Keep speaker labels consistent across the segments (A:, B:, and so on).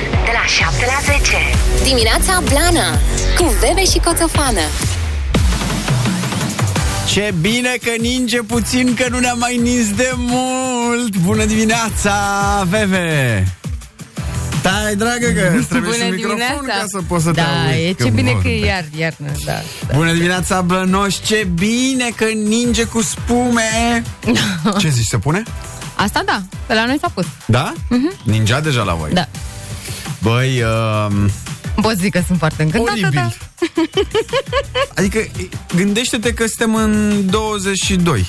A: 7 la 10.
B: Dimineața Blana Cu Bebe și Coțofană
C: Ce bine că ninge puțin, că nu ne-a mai nins de mult! Bună dimineața, Veve! Stai, Da, dragă, că îți trebuie și
D: Bună
C: un microfon
D: dimineața.
C: ca să poți să te
D: Da,
C: auzi,
D: e ce bine
C: mor.
D: că e iar, iarnă, da.
C: Bună dimineața, Blănoș! Ce bine că ninge cu spume! Ce zici, se pune?
D: Asta da, pe la noi s-a pus.
C: Da? Ningea deja la voi.
D: Mhm. Da.
C: Băi, um,
D: Pot zic că sunt foarte încântată,
C: oribil.
D: da.
C: adică, gândește-te că suntem în 22.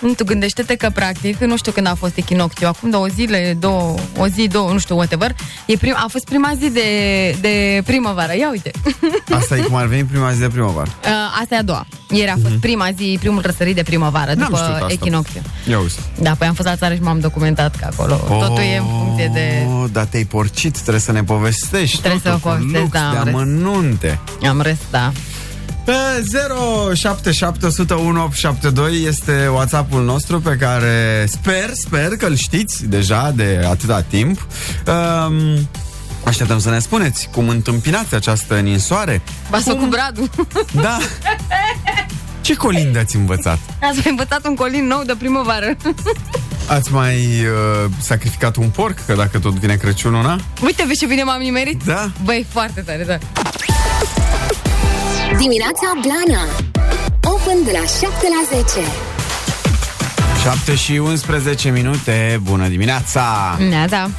D: Nu, Tu gândește-te că, practic, nu știu când a fost echinocțiu, acum două zile, două, o zi, două, nu știu, whatever, e prim, a fost prima zi de, de primăvară, ia uite.
C: Asta e cum ar veni prima zi de primăvară.
D: Uh, Asta e a doua. Ieri a fost prima zi, primul răsărit de primăvară,
C: Mhm. N-am știut
D: după
C: asta.
D: echinocțiu.
C: Ia uzi.
D: Da, păi am fost la țară și m-am documentat că acolo totul e în funcție de...
C: Oh, Dar te-ai porcit, trebuie să ne povestești.
D: Trebuie să
C: totul
D: vă
C: cu
D: povestesc,
C: lux
D: da,
C: de
D: am vrut.
C: amănunte.
D: Am rest, da.
C: Pe 077172 este WhatsApp-ul nostru pe care sper, sper că îl știți deja de atâta timp. Um, așteptăm să ne spuneți cum întâmpinați această ninsoare.
D: Basul cu Bradu.
C: Da. Ce colindă ați învățat?
D: Ați învățat un colin nou de primăvară.
C: Ați mai uh, sacrificat un porc? Că dacă tot vine Crăciunul, na?
D: Uite, vezi ce bine m-am nimerit?
C: Da.
D: Băi, foarte tare, da.
B: Dimineața Blana Open de la 7 la 10
C: 7 și 11 minute, bună dimineața!
D: Da, da.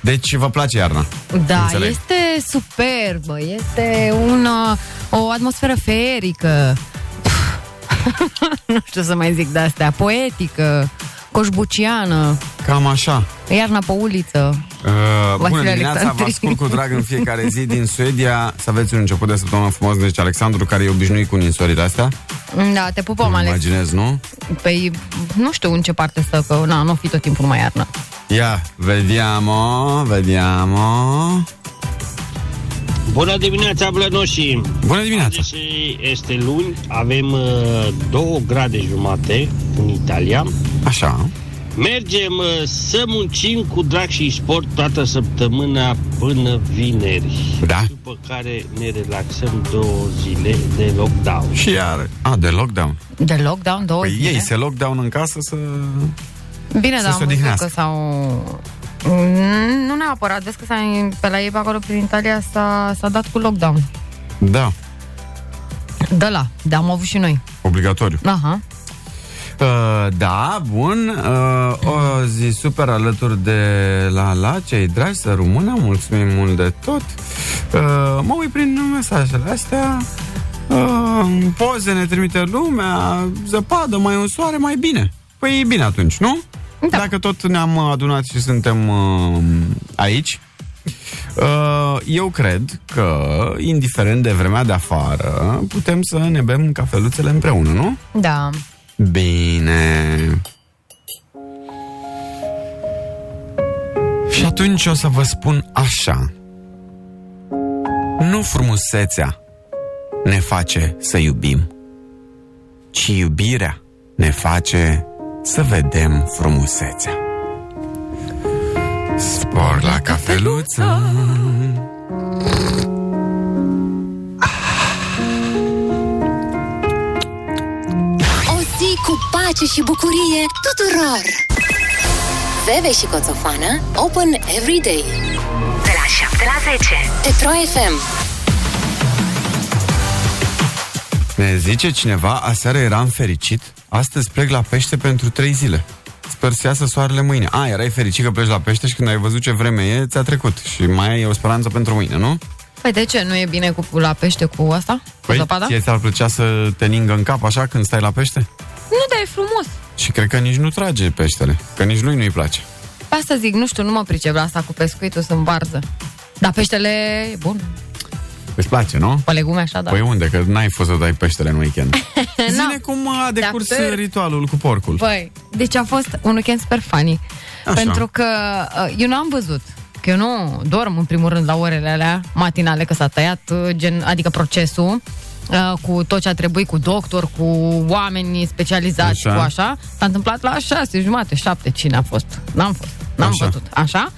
C: Deci vă place iarna?
D: Da,
C: Înțeleg.
D: este superbă, este una, o atmosferă ferică. nu știu să mai zic de astea, poetică, coșbuciană,
C: Cam așa.
D: iarna pe uliță.
C: Uh, bună dimineața, vă
D: Alexandrin.
C: ascult cu drag în fiecare zi din Suedia. Să aveți un început de săptămână frumos, deci Alexandru, care e obișnuit cu ninsorile astea.
D: Da, te pupăm,
C: Îmi
D: Alex.
C: imaginez, nu?
D: Păi, nu știu în ce parte stă, că na, nu o fi tot timpul numai iarnă.
C: Ia, vediamo, vediamo.
E: Bună dimineața, Blănoșii!
C: Bună dimineața!
E: Deși este luni, avem uh, 2 grade jumate în Italia.
C: Așa.
E: Mergem uh, să muncim cu drag și sport toată săptămâna până vineri.
C: Da.
E: După care ne relaxăm două zile de lockdown.
C: Și iar. A, de lockdown.
D: De lockdown, da, două
C: Păi
D: zile.
C: ei se lockdown în casă să...
D: Bine,
C: să
D: dar
C: se
D: am văzut
C: odihnească.
D: că s-au... Mm, Nu neapărat, vezi că s-a, pe la ei pe acolo prin Italia s-a, s-a dat cu lockdown.
C: Da,
D: De Da, la, dar am avut și noi.
C: obligatoriu.
D: Aha.
C: Uh, da, bun. Uh, o zi super alături de la la cei dragi să rămână. Mulțumim mult de tot. Uh, mă uit prin mesajele astea. Uh, poze ne trimite lumea, zăpadă, mai un soare, mai bine. Păi e bine atunci, nu?
D: Da.
C: Dacă tot ne-am adunat și suntem uh, aici, Uh, Eu cred că, indiferent de vremea de afară, putem să ne bem cafeluțele împreună, nu?
D: Da.
C: Bine. Și atunci o să vă spun așa. Nu frumusețea ne face să iubim, ci iubirea ne face să vedem frumusețea. Spor la cafeluță.
B: O zi cu pace și bucurie tuturor Bebe și Coțofană Open every day
A: De la 7 la 10.
B: Petro FM
C: Ne zice cineva, aseară eram fericit, astăzi plec la pește pentru trei zile. Sper să iasă soarele mâine. A, erai fericit că pleci la pește și când ai văzut ce vreme e, ți-a trecut. Și mai e o speranță pentru mâine, nu?
D: Păi de ce? Nu e bine cu la pește cu asta? Cu
C: Păi,
D: zăpada?
C: ție ți-ar plăcea să te ningă în cap așa când stai la pește?
D: Nu, dar e frumos.
C: Și cred că nici nu trage peștele, că nici lui nu-i place.
D: Pe asta zic, nu știu, nu mă pricep la asta cu pescuitul, sunt varză. Dar peștele e bun,
C: Îți place, nu?
D: pe legume așa, da.
C: Păi unde? Că n-ai fost să dai peștele în weekend. Zine cum a decurs
D: Dacă-
C: ritualul cu porcul.
D: Băi, deci a fost un weekend super funny.
C: Așa.
D: Pentru că uh, eu nu am văzut. Că eu nu dorm, în primul rând, la orele alea matinale, că s-a tăiat, uh, gen, adică procesul, uh, cu tot ce a trebuit, cu doctor, cu oamenii specializați,
C: Așa.
D: așa. cu așa. S-a întâmplat la șase jumate, șapte, cine a fost? N-am fost, n-am
C: Așa.
D: văzut, așa.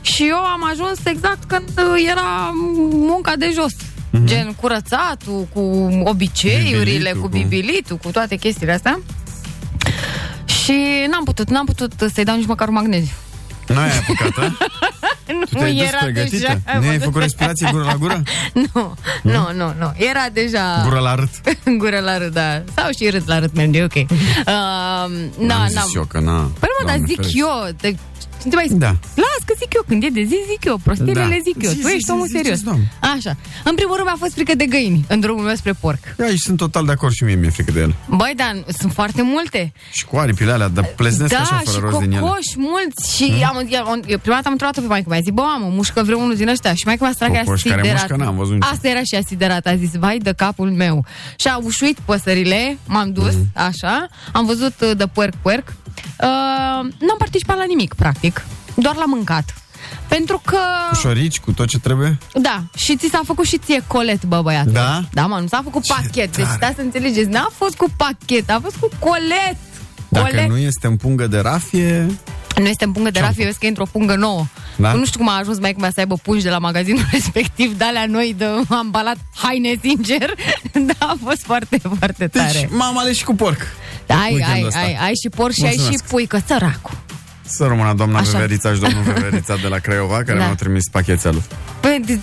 D: Și eu am ajuns exact când uh, era munca de jos. Mm-hmm. Gen curățatul, cu obiceiurile,
C: Bibilitul,
D: cu
C: cu-
D: bibilitul, cu toate chestiile astea. Și n-am putut, n-am putut să-i dau nici măcar un magneziu.
C: Nu ai apucat,
D: Nu
C: Te-ai dus pregătită? Nu ai făcut respirație gură la gură?
D: Nu, nu, nu, nu. Era deja...
C: Gură la rât.
D: Gură la râd, da. Sau și râd la râd, merge, ok. Uh, na,
C: Am zis eu că na.
D: Da, Păi mă, dar
C: Doamne
D: zic
C: ferește.
D: eu. Te, te mai
C: Da.
D: Las că zic eu, când e de zi, zic eu, prostiile
C: Da.
D: le zic eu.
C: Zi,
D: tu
C: zi,
D: ești
C: zi,
D: omul
C: ziceți,
D: serios.
C: doamne.
D: Așa. În primul rând mi-a fost frică de găini în drumul meu spre porc.
C: Păi Aici sunt total de acord și mie mi-e frică de el.
D: Băi, Dan, sunt foarte multe.
C: Și cu aripile alea, dar pleznesc
D: da,
C: așa
D: și
C: fără rost din ele. Hmm?
D: cocoși mulți. Și am, eu, eu, prima dată am întrebat pe maică mea, zic, bă, mamă, mușcă vreunul din ăștia. Și maică mea săracă era
C: Cocoși care
D: siderată.
C: mușcă, n-am văzut niciodată.
D: Asta era și ea siderată, a zis, vai de capul meu. Și a ușuit păsările, m-am dus,
C: Hmm.
D: așa, am văzut uh, de puerc puerc. Uh, n-am participat la nimic, practic, doar la mâncat. Pentru că...
C: Cu șorici, cu tot ce trebuie.
D: Da, și ți s-a făcut și ție colet, bă, băiatul.
C: Da?
D: Da, mă, nu s-a făcut
C: Ce
D: pachet. Deci,
C: tare.
D: da, să înțelegeți, n-a fost cu pachet, a fost cu colet.
C: Dacă
D: colet.
C: nu este în pungă de rafie, deci
D: Nu este în pungă de rafie, eu că e într-o pungă nouă.
C: Da?
D: Nu știu cum a ajuns mai cum să aibă pungi de la magazinul respectiv, de alea noi de ambalat haine, sincer. da, a fost foarte, foarte
C: deci
D: tare.
C: m-am ales și cu porc.
D: Ai, ai,
C: weekendul ăsta.
D: ai, ai și porc și ai și
C: Mulțumesc.
D: pui, că săracul.
C: Să rămână doamna
D: Așa.
C: Veverița și domnul Veverița de la Craiova, care
D: Da.
C: mi-au trimis pachetelul.
D: Păi, de-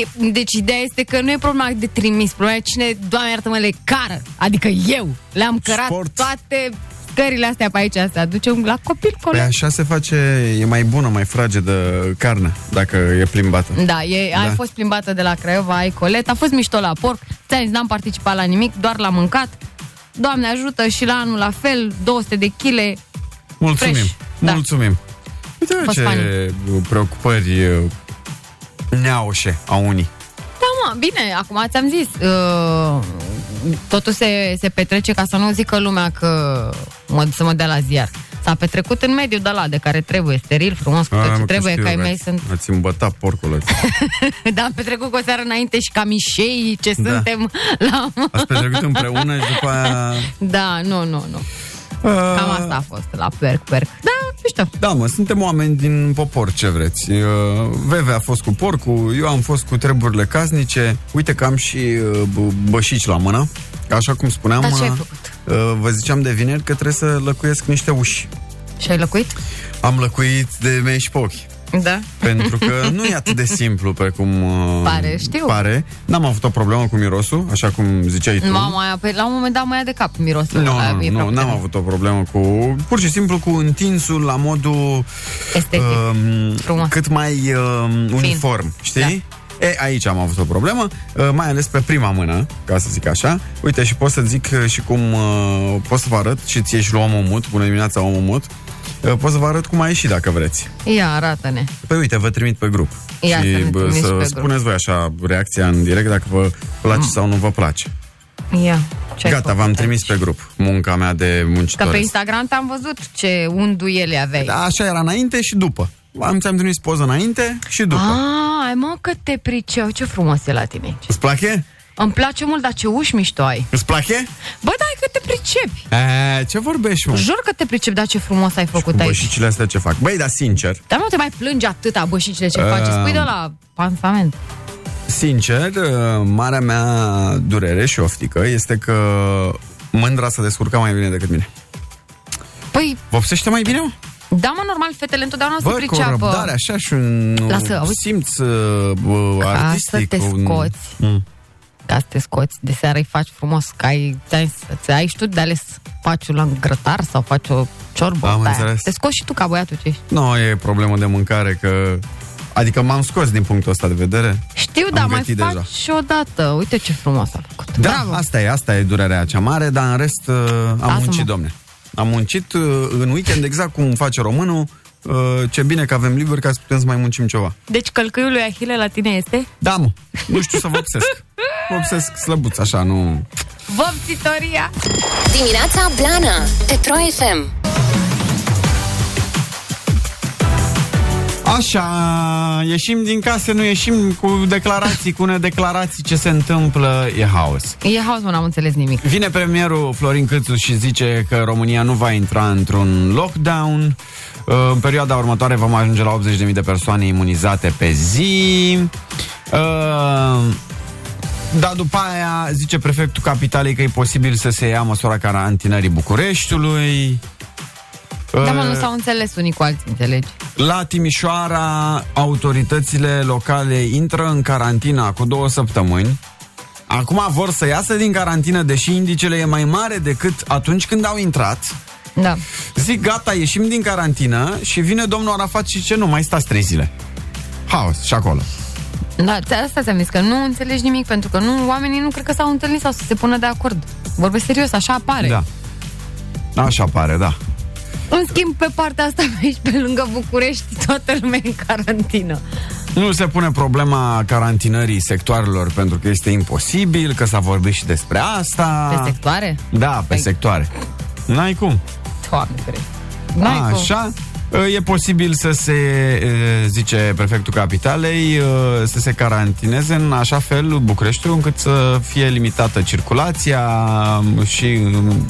D: e, deci ideea este că nu e problema de trimis, problema e cine, doamne iartă-mă, le cară. Adică eu le-am cărat
C: Sport.
D: toate cările astea pe aici, să aducem la copil colo.
C: Păi așa se face, e mai bună, mai fragedă carne, dacă e plimbată.
D: Da, e, da, ai
C: Da.
D: fost plimbată de la Craiova, ai colet, a fost mișto la porc, ți-am zis, n-am participat la nimic, doar l-am mâncat. Doamne ajută și la anul la fel, 200 de chile.
C: Mulțumim,
D: Fresh. Da.
C: mulțumim. Uite mă,
D: Fost
C: ce preocupări uh, neaușe a unii.
D: Da, mă, bine, acum ți-am zis, uh, totul se, se petrece ca să nu zică lumea că mă, să mă dea la ziar. S-a petrecut în mediul de la de care trebuie, steril, frumos, cu
C: Ah,
D: tot
C: mă, că
D: ce Deci trebuie,
C: știu
D: că ai
C: eu,
D: mei
C: ați-
D: sunt...
C: Ați îmbătat porcul ăsta.
D: Da, am petrecut cu o seară înainte și ca mișei ce
C: Da.
D: suntem la...
C: Ați petrecut împreună și după aia...
D: Da, nu, nu, nu.
C: Uh,
D: Cam asta a fost la perc, perc. Da, nu știu.
C: Da, mă, suntem oameni din popor, ce vreți. Uh, Veve a fost cu porcul, eu am fost cu treburile casnice. Uite că am și uh, b- bășici la mână. Așa cum spuneam,
D: Dar ce ai
C: uh,
D: făcut?
C: uh, vă ziceam de vineri că trebuie să lăcuiesc niște uși.
D: Și ai locuit?
C: Am lăcuit de mei și pe ochi.
D: Da.
C: Pentru că nu e atât de simplu pe cum uh,
D: Pare, știu.
C: pare. N-am avut o problemă cu mirosul, așa cum ziceai tu.
D: Mama aia, pe, la un moment dat mă ia de cap mirosul.
C: Nu,
D: ăla,
C: nu,
D: Da, e
C: nu,
D: foarte-
C: n-am avut o problemă cu... Pur și simplu cu întinsul la modul...
D: Estetic. Deci, Frumos. Da.
C: cât mai um, uniform, știi? E, aici am avut o problemă, uh, mai ales pe prima mână, ca să zic așa. Uite, și pot să zic uh, și cum uh, pot să vă arăt și ție și lui omul mut, bună dimineața omul mut, Uh, pot să vă arăt cum a ieșit dacă vreți.
D: Ia, arată-ne.
C: Păi uite, vă trimit pe grup.
D: Ia să
C: și
D: ne
C: bă,
D: trimiți
C: să
D: pe grup.
C: spuneți voi așa reacția în direct dacă vă place sau nu vă place.
D: Ia. ce ai
C: Gata,
D: făcut
C: v-am trimis
D: aici?
C: pe grup munca mea de
D: Că
C: muncitor.
D: pe Instagram te-am văzut ce unduiele aveai.
C: Da, așa era înainte și după. Am ți-am trimis poză înainte și după. Ah.
D: Ah, ai mă că te priceau, ce frumos e la tine aici.
C: Îți place?
D: Îmi place mult, dar ce uși mișto ai.
C: Îți place?
D: Bă, da, că te pricepi.
C: E, ce vorbești, mă?
D: Jur că te pricepi, dar ce frumos ai
C: Cu
D: făcut aici.
C: bășicile astea ce fac? Băi, dar sincer,
D: Dar nu te mai plânge atâta bășicile ce
C: Um.
D: faci. Spui de la pansament.
C: sincer, uh, marea mea durere și oftică este că mândra se descurca mai bine decât mine.
D: Păi,
C: Vopsește mai bine, mă?
D: da, mă, normal, fetele întotdeauna se
C: Bă, cu o
D: priceapă.
C: răbdare așa și un uh,
D: Lasă, auzi.
C: simț uh, uh,
D: Ca să
C: artistic.
D: te
C: un-
D: scoți.
C: Mm.
D: ca să te scoți de seară, îi faci frumos, că ai, ți-ai, ți-ai și tu de ales faci la grătar sau faci o ciorbă.
C: Am
D: de aia.
C: înțeles.
D: Te scoți și tu ca băiatul ce ești.
C: Nu, e problemă de mâncare, că... Adică m-am scos din punctul ăsta de vedere.
D: Știu,
C: Am
D: dar mai
C: gătit
D: faci
C: deja.
D: și odată. Uite ce frumos a făcut.
C: Da,
D: Bravo.
C: asta e, asta e durerea cea mare, dar în rest uh, am
D: Lasă-mă.
C: muncit, domne. Am muncit uh, în weekend exact cum face românul. Uh, ce bine că avem liber ca să putem să mai muncim ceva.
D: Deci călcâiul lui Ahile la tine este?
C: Da, mă, nu știu să vă obsesc. Vă obsesc slăbuț, așa, nu...
D: Vopsitoria!
B: Dimineața Blana Pe Pro FM
C: Așa, ieșim din casă, nu ieșim cu declarații, cu nedeclarații, ce se întâmplă, e haos.
D: E haos, mă, n-am înțeles nimic.
C: Vine premierul Florin Câțu și zice că România nu va intra într-un lockdown. Uh, În perioada următoare vom ajunge la 80.000 de persoane imunizate pe zi. Uh, dar după aia zice prefectul capitalei că e posibil să se ia măsura carantinării Bucureștiului.
D: Da, mă,
C: Uh,
D: nu s-au înțeles unii cu alții, înțelegi?
C: la Timișoara, autoritățile locale intră în carantina cu două săptămâni. Acum vor să iasă din carantină, deși indicele e mai mare decât atunci când au intrat.
D: Da.
C: Zic, gata, ieșim din carantină și vine domnul Arafat și ce nu, mai stați trei zile. Haos și acolo.
D: Da, ți- asta ți-am zis, că nu înțelegi nimic, pentru că nu, oamenii nu cred că s-au întâlnit sau să se pună de acord. Vorbesc serios, așa apare.
C: Da. Așa pare, da.
D: În schimb, pe partea asta pe aici, pe lângă București, toată lumea e în carantină.
C: Nu se pune problema carantinării sectoarelor pentru că este imposibil, că s-a vorbit și despre asta.
D: Pe sectoare? Păi.
C: Da, pe
D: Ai-
C: sectoare. N-ai cum.
D: Doamne, cred. N-ai cum.
C: Ah, Așa. Ă, E posibil să se, e, zice prefectul capitalei, e, să se carantineze în așa fel Bucureștiul încât să fie limitată circulația și mm,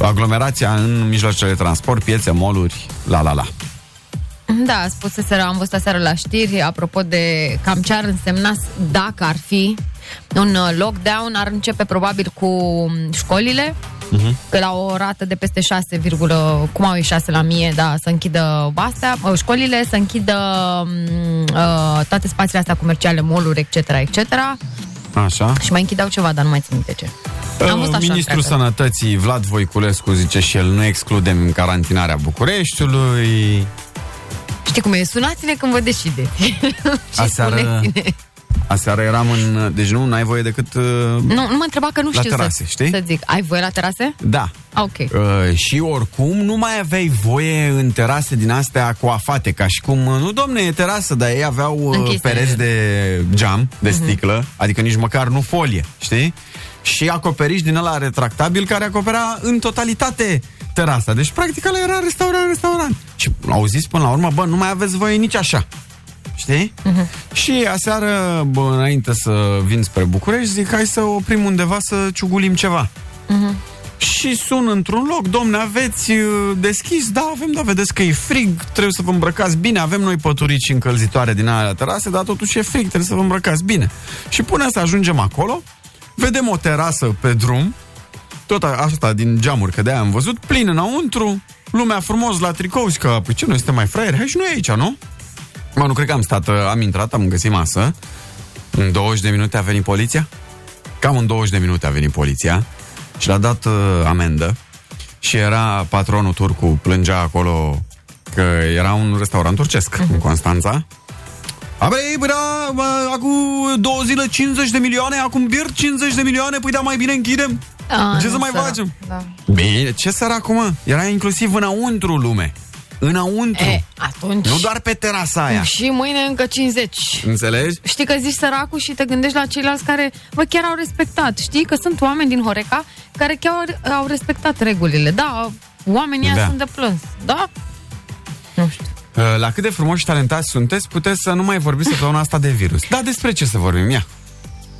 C: aglomerația în mijloacele de transport, piețe, moluri, la la la.
D: Da, spuseseră, am văzut aseară la știri, apropo de cam ce ar însemna s- dacă ar fi un uh, lockdown, ar începe probabil cu mm, școlile, că la o rată de peste 6, virgulă, cum au ieșit 6 la mie, da, să închidă astea, uh, școlile, să închidă mm, uh, toate spațiile astea comerciale, mall-uri, etc., etc.,
C: Așa. Ă,
D: și mai închidau ceva, dar nu mai țin minte ce. Am văzut așa
C: Ministrul
D: întreagă.
C: Sănătății Vlad Voiculescu zice și el nu excludem carantinarea Bucureștiului.
D: Știi cum e? Sunați-ne când vă decide. și
C: Aseară,
D: spuneți-ne.
C: aseară eram în... Deci nu, n-ai voie decât... uh,
D: Nu, nu mă întreba că nu
C: La
D: știu
C: terase,
D: să,
C: știi?
D: să zic. Ai voie la terase?
C: Da.
D: Ah, Ok.
C: Uh, și oricum nu mai aveai voie în terase din astea coafate, ca și cum, uh, nu domne, e terasă, dar ei aveau uh,
D: Închise.
C: pereți de geam, de sticlă, adică nici măcar nu folie, știi? Și acoperiș din ăla retractabil care acoperea în totalitate terasa. Deci, practic, ăla era restaurant, restaurant. Și au zis până la urmă, bă, nu mai aveți voie nici așa. Știi? Și aseară, bă, înainte să vin spre București, zic, hai să oprim undeva să ciugulim ceva. Și sun într-un loc, domne, aveți uh, deschis? Da, avem, da, vedeți că e frig, trebuie să vă îmbrăcați bine, avem noi păturici încălzitoare din alea terase, dar totuși e frig, trebuie să vă îmbrăcați bine. Și până să ajungem acolo, vedem o terasă pe drum, tot a- asta din geamuri, că de-aia am văzut, plin înăuntru, lumea frumos la tricou, zic că, păi ce, noi suntem mai fraieri, hai și noi aici, nu? Mă, nu cred că am stat, uh, am intrat, am găsit masă, în 20 de minute a venit poliția? Cam în 20 de minute a venit poliția și l-a dat uh, amendă și era patronul turcu, plângea acolo că era un restaurant turcesc
D: Mhm.
C: în Constanța. Abei, bă, da, bă, acum două zile 50 de milioane, acum bir 50 de milioane, păi da, mai bine închidem.
D: Ah,
C: ce să
D: nu,
C: mai
D: sărac.
C: facem?
D: Da.
C: Bine, ce sărac, mă? Era inclusiv înăuntru lume. Înăuntru.
D: E, atunci...
C: Nu doar pe terasa aia.
D: Și mâine încă 50.
C: Înțelegi?
D: Știi că zici săracul și te gândești la ceilalți care, bă, chiar au respectat. Știi că sunt oameni din Horeca care chiar au respectat regulile. Da, oamenii
C: Da.
D: da. sunt de plâns. Da? Nu știu.
C: Uh, La cât de frumoși și talentați sunteți, puteți să nu mai vorbiți săptămâna asta de virus. Dar despre ce să vorbim, ia?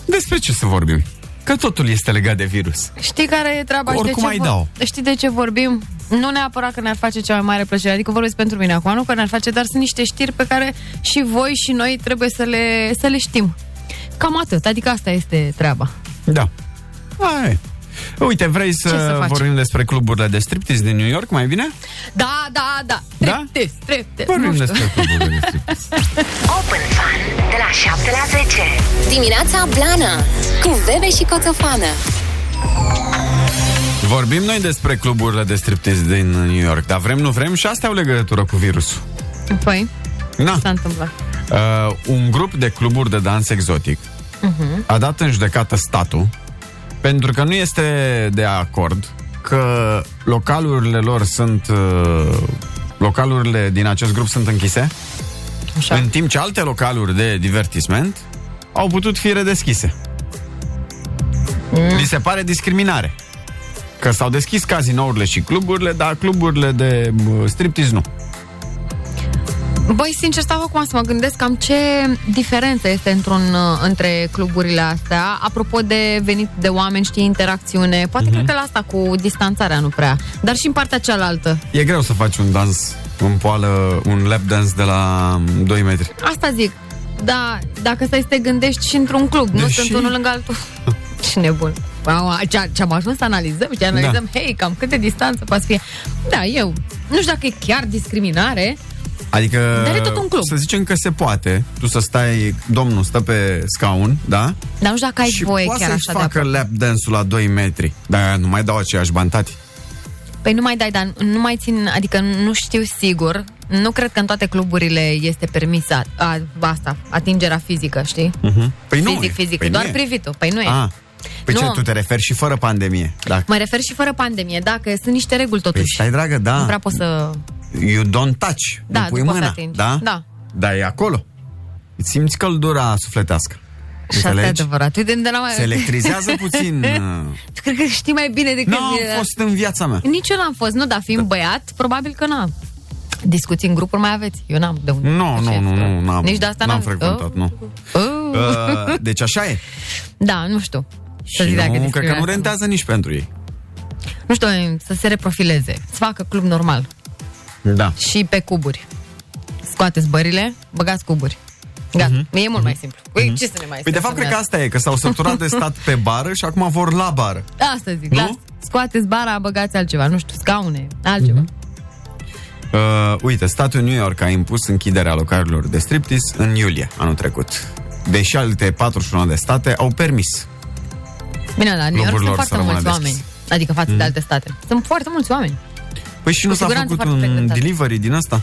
C: Despre ce să vorbim? Că totul este legat de virus.
D: Știi care e treaba? și
C: Oricum
D: de ce
C: ai
D: vor-
C: dau.
D: Știi de ce vorbim? Nu neapărat că ne-ar face cea mai mare plăcere, adică vorbesc pentru mine acum, nu că ne-ar face, dar sunt niște știri pe care și voi și noi trebuie să le, să le știm. Cam atât, adică asta este treaba.
C: Da. Ai. Uite, vrei să,
D: să facem?
C: vorbim despre cluburile de striptease din New York, mai bine?
D: Da, da, da,
C: Da?
D: trepte, trepte.
C: Vorbim
D: Nu știu.
C: despre cluburile de striptease.
A: Open Fun de la 7 la 10.
B: Dimineața Blana Cu Bebe și Coțofană
C: Vorbim noi despre cluburile de striptease din New York, dar vrem, nu vrem și astea au legătură cu virusul.
D: Păi,
C: Na.
D: s-a întâmplat.
C: Uh, un grup de cluburi de dans exotic uh-huh. a dat în judecată statul pentru că nu este de acord că localurile lor sunt uh, localurile din acest grup sunt închise,
D: Așa.
C: în timp ce alte localuri de divertisment au putut fi redeschise. Li se pare discriminare. Că s-au deschis cazinourile și cluburile, dar cluburile de bă, striptease nu.
D: Băi, sincer, stau acum să mă gândesc cam ce diferență este într-un, uh, între cluburile astea, apropo de venit de oameni, știi,
C: Mhm.
D: interacțiune. Poate mm-hmm. cred că la asta cu distanțarea nu prea, dar și în partea cealaltă.
C: E greu să faci un dans în poală un lap dance de la 2 metri.
D: Asta zic. Da, dacă stai să te gândești și într-un club, nu
C: Deși-
D: sunt unul lângă altul. și nebun. Mamă, ce- Ce am ajuns să analizăm și analizăm,
C: Da.
D: hei, cam câte distanță poate fi. Da, eu. Nu știu dacă e chiar discriminare.
C: Adică,
D: Dar e tot un club.
C: să zicem că se poate, tu să stai, domnul stă pe scaun, da?
D: Dar nu știu dacă ai
C: și
D: voie
C: poate
D: chiar
C: să-i
D: așa de
C: facă lap dance-ul la 2 metri, dar nu mai dau aceiași bantati.
D: Păi nu mai dai, dar nu mai țin, adică nu știu sigur. Nu cred că în toate cluburile este permisă a, asta, atingerea fizică, știi?
C: Uh-huh. Păi nu
D: fizic,
C: e.
D: fizic,
C: păi nu
D: doar
C: e.
D: privitul. Păi nu e.
C: Ah. Păi
D: Nu.
C: ce, tu te referi și fără pandemie. Da.
D: Mă refer și fără pandemie, da, că sunt niște reguli
C: Păi
D: totuși.
C: stai, dragă, da.
D: nu prea poți să...
C: You don't touch.
D: Da,
C: nu pui
D: tu poți să
C: mâna,
D: atingi.
C: da?
D: Da.
C: Dar e acolo. Îți simți căldura sufletească.
D: Și asta e
C: Înțelegi?
D: adevărat. Uite, de la mai...
C: Se electrizează puțin.
D: Tu Cred că știi mai bine decât...
C: nu am fost Da. în viața mea.
D: Nici eu n-am fost, nu, dar fiind băiat, probabil că n-am. Discuții în grupuri mai aveți. Eu n-am de unde.
C: Nu,
D: Așa
C: nu,
D: e.
C: nu, nu, n-am,
D: Nici de asta
C: n-am
D: n-am,
C: frecventat, nu.
D: Oh. Oh.
C: Uh, deci așa e.
D: Da, nu știu. Să
C: Și
D: zic dacă
C: nu,
D: discriminat
C: cred că
D: sau
C: nu rentează nici pentru ei.
D: Nu știu, să se reprofileze. Să facă club normal.
C: Da.
D: Și pe cuburi. Scoateți bările, băgați cuburi. Gata, mm-hmm. e mult mai simplu. Păi, ce să ne mai
C: Mhm. Păi de fapt cred că asta e, că s-au săturat de stat pe bară și acum vor la bară.
D: Asta zic,
C: Nu?
D: nu? Scoateți bara, băgați altceva, nu știu, scaune, altceva.
C: Mhm.
D: Mm-hmm.
C: Uh, uite, statul New York a impus închiderea locărilor de striptease în iulie anul trecut. Deși alte 41 de state au permis.
D: Bine, la New York
C: Cluburilor
D: sunt
C: să
D: foarte
C: rămână
D: mulți
C: deschis. Mhm.
D: oameni. Adică față de alte state. Sunt foarte mulți oameni.
C: Păi și nu
D: Cu
C: s-a
D: siguranță
C: făcut
D: foarte
C: un
D: frecventat.
C: delivery din asta?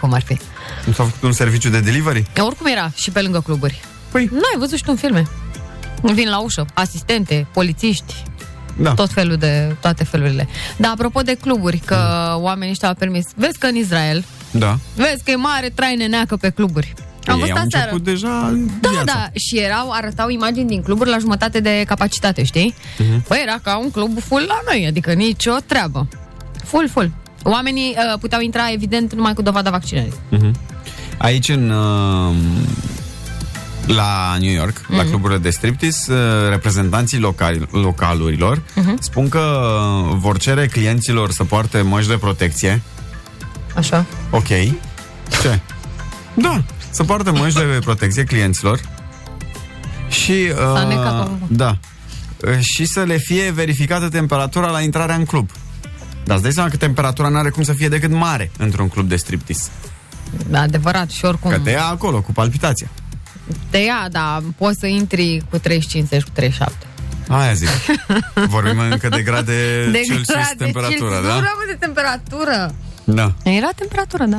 D: Cum ar fi?
C: Nu s-a făcut un serviciu de delivery?
D: E, oricum era și pe lângă cluburi.
C: Păi,
D: Nu ai văzut și tu în filme. Vin la ușă, asistente, polițiști,
C: da.
D: tot felul de, toate felurile. Dar apropo de cluburi, că mm. oamenii ăștia au permis. Vezi că în Israel,
C: Da.
D: vezi că e mare traine neacă pe cluburi. Am
C: Ei
D: văzut
C: au
D: aseară.
C: început deja
D: Da,
C: viața.
D: da, și erau, arătau imagini din cluburi la jumătate de capacitate, știi? Uh-huh.
C: Mhm.
D: Păi era ca un club full la noi, adică nicio treabă. Full, full. Oamenii uh, puteau intra, evident, numai cu dovada vaccinării.
C: Mhm. Aici în... uh, la New York, mm-hmm.
D: Mhm.
C: la cluburile de striptease, uh, reprezentanții locali, localurilor
D: Mhm.
C: mm-hmm. spun că uh, vor cere clienților să poarte măști de protecție.
D: Așa.
C: Ok. Ce? Da, să poartă măști de protecție clienților. Și...
D: S-a necat omul.
C: da. Uh, Și să le fie verificată temperatura la intrarea în club. Dar îți dai seama că temperatura nu are cum să fie decât mare într-un club de striptease.
D: Adevărat, și oricum.
C: Că te ia acolo cu palpitația.
D: Te ia, da, poți să intri cu 35, cu 37.
C: Aia zic. Vorbim încă de grade
D: De
C: Celsius
D: grade
C: temperatura,
D: Celsius. Nu
C: da?
D: rămâne de temperatură.
C: Da.
D: Era temperatură, da.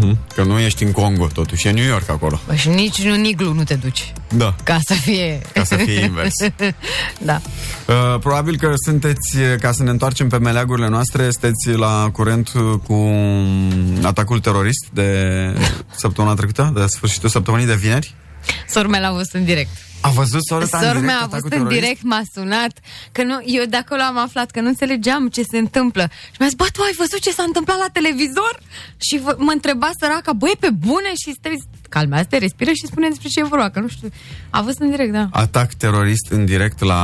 C: Mhm. Că nu ești în Congo, totuși. E New York acolo.
D: Bă, și nici în iglu nu te duci.
C: Da.
D: Ca să fie...
C: Ca să fie invers.
D: da.
C: Uh, probabil că sunteți, uh, ca să ne întoarcem pe meleagurile noastre, sunteți la curent uh, cu atacul terorist de săptămâna trecută, de sfârșitul săptămânii de vineri.
D: Sormele a fost în direct.
C: A văzut sora ta
D: Sora
C: în direct
D: mea a
C: atacul
D: fost în
C: terorist?
D: direct, m-a sunat că nu, Eu de acolo am aflat că nu înțelegeam ce se întâmplă Și mi-a zis, bă, tu ai văzut ce s-a întâmplat la televizor? Și v- mă întreba săraca, băi, pe bune? Și stai, calmează-te, respiră și spune despre ce e vorba Că nu știu, a fost în direct, da
C: Atac terorist în direct la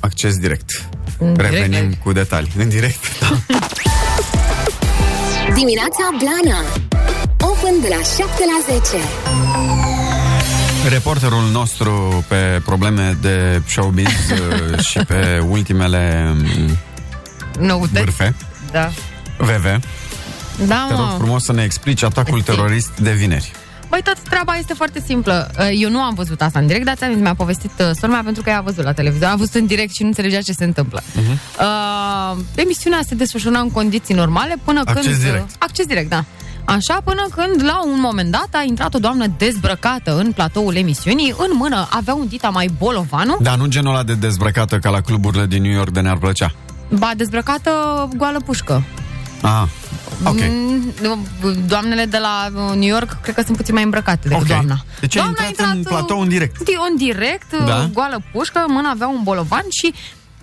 C: acces direct.
D: În direct,
C: Revenim cu detalii. În direct, da.
B: Dimineața Blana Open de la 7 la 10
C: Reporterul nostru pe probleme de showbiz uh, și pe ultimele um,
D: Noutăți?
C: vârfe,
D: Da
C: VV,
D: da,
C: te rog
D: mă.
C: frumos să ne explici atacul terorist de vineri.
D: Băi, toată treaba este foarte simplă. Uh, Eu nu am văzut asta în direct, dar ți-am zis, mi-a povestit uh, sora mea pentru că ea a văzut la televizor. A văzut în direct și nu înțelegea ce se întâmplă.
C: Mhm.
D: Uh-huh. Uh, emisiunea se desfășura în condiții normale până
C: Acces
D: când... uh,
C: direct.
D: Acces direct, da. Așa, până când, la un moment dat, a intrat o doamnă dezbrăcată în platoul emisiunii. În mână avea un dita mai bolovanu.
C: Dar nu genul ăla de dezbrăcată ca la cluburile din New York de ne-ar plăcea.
D: Ba, dezbrăcată goală pușcă.
C: Aha. Ah, Ok.
D: Mm, Doamnele de la uh, New York cred că sunt puțin mai îmbrăcate decât
C: Ok.
D: doamna.
C: Deci a
D: doamna uh,
C: intrat în platou în direct.
D: În direct, uh,
C: Da.
D: goală pușcă, în mână avea un bolovan și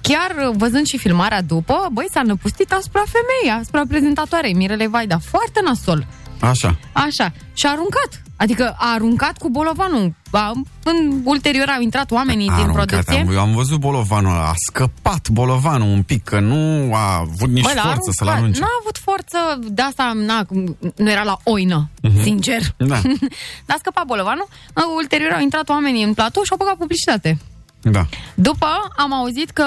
D: chiar uh, văzând și filmarea după, băi, s-a năpustit asupra femeii, asupra prezentatoarei Mirelei Vaida. Foarte nasol.
C: Așa.
D: Așa. Și a aruncat. Adică a aruncat cu bolovanul. A, în ulterior au intrat oamenii
C: A
D: din
C: aruncat,
D: producție.
C: Ah, Am, eu am văzut bolovanul ăla, a scăpat bolovanul un pic, că nu a avut nici
D: Bă, l-a
C: forță să-l
D: aruncat.
C: arunce.
D: N-a avut forță, de asta na, nu era la oină, sincer.
C: Da,
D: Dar a scăpat bolovanul. Uh, Ulterior au intrat oamenii în platou și au băgat publicitate.
C: da.
D: După am auzit că,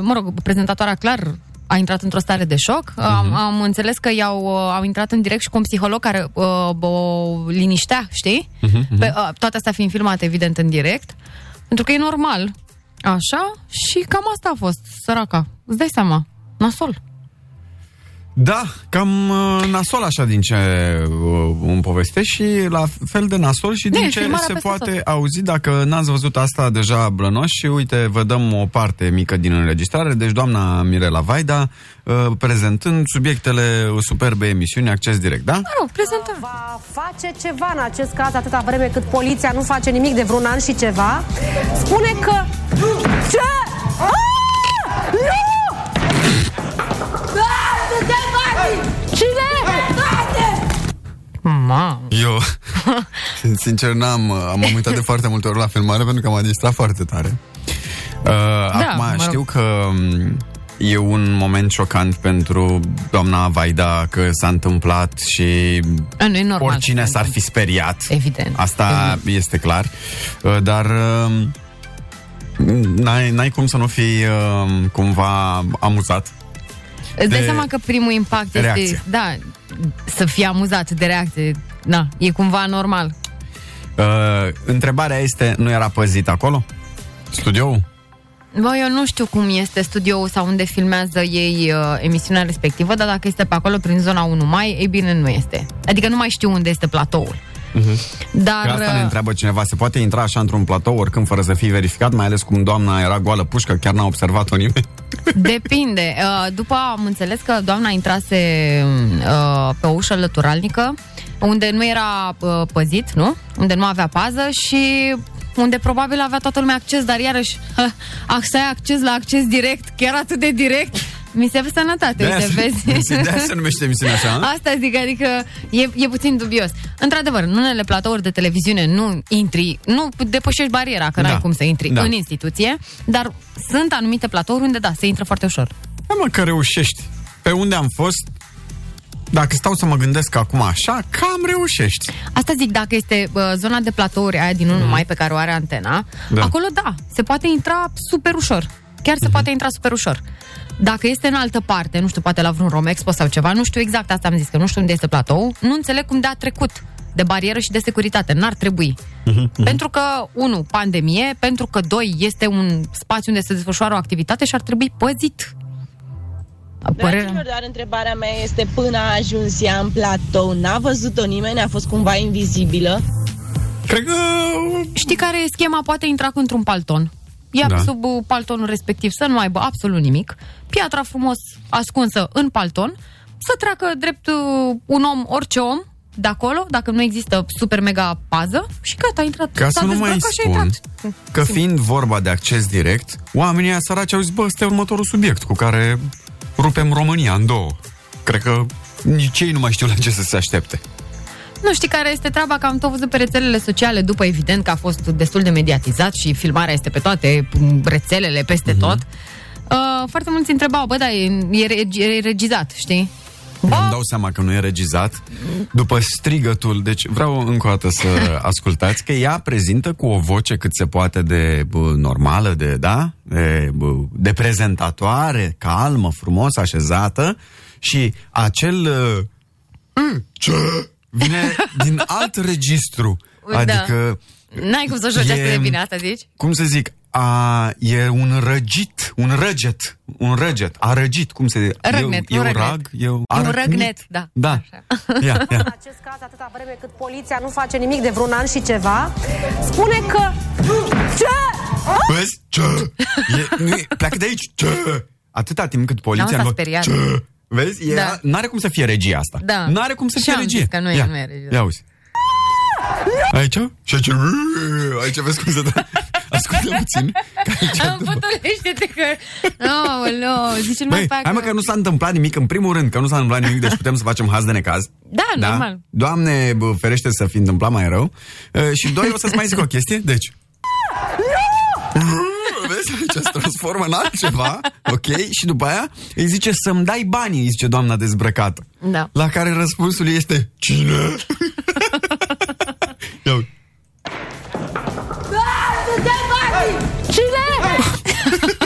D: mă rog, prezentatoarea clar a intrat într-o stare de șoc.
C: Mhm.
D: Uh-huh. Am, am înțeles că i-au uh, au intrat în direct și cu un psiholog care uh, o liniștea, știi?
C: Mhm,
D: Uh-huh. Pe, uh, toate astea fiind filmate, evident, în direct. Pentru că e normal. Așa? Și cam asta a fost, săraca. Îți dai seama. Nasol.
C: Da, cam uh, nasol așa din ce uh, îmi povestești și la fel de nasol și
D: Da,
C: din
D: e
C: ce
D: filmarea
C: se
D: peste
C: poate auzi dacă n-ați văzut asta deja blănoș și uite, vă dăm o parte mică din înregistrare, deci doamna Mirela Vaida uh, prezentând subiectele superbe emisiuni Acces Direct, da?
D: Mă rog, prezentăm.
F: va face ceva în acest caz atâta vreme cât poliția nu face nimic de vreun an și ceva, spune că... Ce? Ah! Nu! Ah, te bate! Cine? Bate!
D: Mamă.
C: Eu, sincer, n-am, uh, am uitat de foarte multe ori la filmare pentru că m-a distrat foarte tare. Uh, acum
D: Da, mă rog.
C: știu că um, e un moment șocant pentru doamna Vaida că s-a întâmplat și
D: A, nu e normal.
C: oricine s-ar fi speriat.
D: Evident.
C: Asta este clar. Uh, Dar um, n-ai, n-ai cum să nu fii um, cumva amuzat.
D: Îți dai
C: de
D: seama că primul impact
C: reacție.
D: este... Da, să fii amuzat de reacție. Da, e cumva normal.
C: Uh, întrebarea este, nu era păzit acolo? Studioul?
D: Bă, eu nu știu cum este studioul sau unde filmează ei uh, emisiunea respectivă, dar dacă este pe acolo, prin zona 1 mai, ei bine, nu este. Adică nu mai știu unde este platoul. Dar...
C: Mhm. Că asta ne
D: uh,
C: întreabă cineva, se poate intra așa într-un platou oricând fără să fii verificat, mai ales cum doamna era goală pușcă, chiar n-a observat-o nimeni?
D: Depinde. Uh, După am înțeles că doamna intrase uh, pe o ușă lăturalnică, unde nu era uh, păzit, nu? Unde nu avea pază și unde probabil avea toată lumea acces, dar iarăși uh, ah, să ai acces la acces direct, chiar atât de direct, mi se vede sănătate, uite, Deci vezi?
C: Da, se, da. de-aia se numește emisiunea așa, a?
D: Asta zic, adică e, e puțin dubios. Într-adevăr, în unele platouri de televiziune nu intri, nu depășești bariera, că
C: Da.
D: n-ai cum să intri
C: Da.
D: în instituție, dar sunt anumite platouri unde, da, se intră foarte ușor.
C: Da, mă, că reușești. Pe unde am fost, dacă stau să mă gândesc acum așa, cam reușești.
D: Asta zic, dacă este uh, zona de platouri aia din 1 mai pe care o are antena,
C: Da.
D: da. acolo da, se poate intra super ușor. Chiar se poate intra super ușor. Dacă este în altă parte, nu știu, poate la vreun Romexpo sau ceva, nu știu exact, asta am zis, că nu știu unde este platou, nu înțeleg cum de a trecut de barieră și de securitate. N-ar trebui. Pentru că, unu, pandemie, pentru că, doi, este un spațiu unde se desfășoară o activitate și ar trebui păzit. Deci,
G: Dragilor, doar întrebarea mea este până a ajuns ea în platou, n-a văzut-o nimeni, a fost cumva invizibilă?
C: Cred că...
D: Știi care e schema? Poate intra într-un palton. Ia
C: Da.
D: da. sub uh, paltonul respectiv să nu aibă absolut nimic. Piatra frumos ascunsă în palton. Să treacă drept uh, un om, orice om, de acolo, dacă nu există super mega pază și gata, a intrat.
C: Ca
D: S-a
C: să nu mai
D: dezbrăcat și a
C: spun
D: intrat.
C: că fiind vorba de acces direct, oamenii aia săraci au zis, bă, ăsta e următorul subiect cu care rupem România în două. Cred că nici ei nu mai știu la ce să se aștepte.
D: Nu știi care este treaba, că am tot văzut pe rețelele sociale, după evident că a fost destul de mediatizat și filmarea este pe toate m, rețelele, peste
C: Mhm.
D: mm-hmm. tot. Uh, foarte mulți întrebau, bă, da, e, e, reg- e regizat, știi?
C: Bă. Îmi dau seama că nu e regizat După strigătul Deci vreau încă o dată să ascultați Că ea prezintă cu o voce cât se poate de bă, normală De, da? de, bă, de prezentatoare Calmă, frumos, așezată Și acel uh, "Mm, Ce? Vine din alt registru
D: Da.
C: Adică
D: N-ai cum să joci
C: E-
D: atât de bine, asta zici?
C: cum să zic, a, e un răgit, un răget, un răget, a răgit, cum se zice?
D: Răgnet,
C: eu,
D: un
C: eu
D: răgnet.
C: rag, eu a
D: Un
C: răcnit.
D: răgnet, da,
C: Da,
D: așa.
C: ia,
F: În
C: ia.
F: acest caz atâta vreme cât poliția nu face nimic de vreun an și ceva, spune că... Ce? Ah!
C: Vezi? Ce? E, nu e, pleacă de aici, ce? Atâta timp cât poliția...
D: Da, mă, s-a
C: nu-
D: speriat.
C: Ce? Vezi? E,
D: Da.
C: N-are cum să fie regia asta.
D: Da.
C: N-are cum să
D: Și
C: fie
D: am
C: regie.
D: zis că nu e-
C: ia.
D: nu e regie.
C: Ia uzi. Aici? Și aici... Aici vezi cum se dă...
H: ascultă puțin. Că aici
D: Am
H: după-
D: Împătolește-te că... Aoleu, zice, nu mai
C: Băi,
D: fac...
C: hai mă că nu s-a întâmplat nimic, în primul rând, că nu s-a întâmplat nimic, deci putem să facem haz de necaz.
D: Da, normal.
C: Doamne, bă, ferește să fi întâmplat mai rău. E, și doi, o să-ți mai zic o chestie, deci... Vezi, ce se transformă în altceva, ok? Și după aia îi zice să-mi dai banii, îi zice doamna dezbrăcată.
D: Da.
C: La care răspunsul ei este Cine? Ia uite.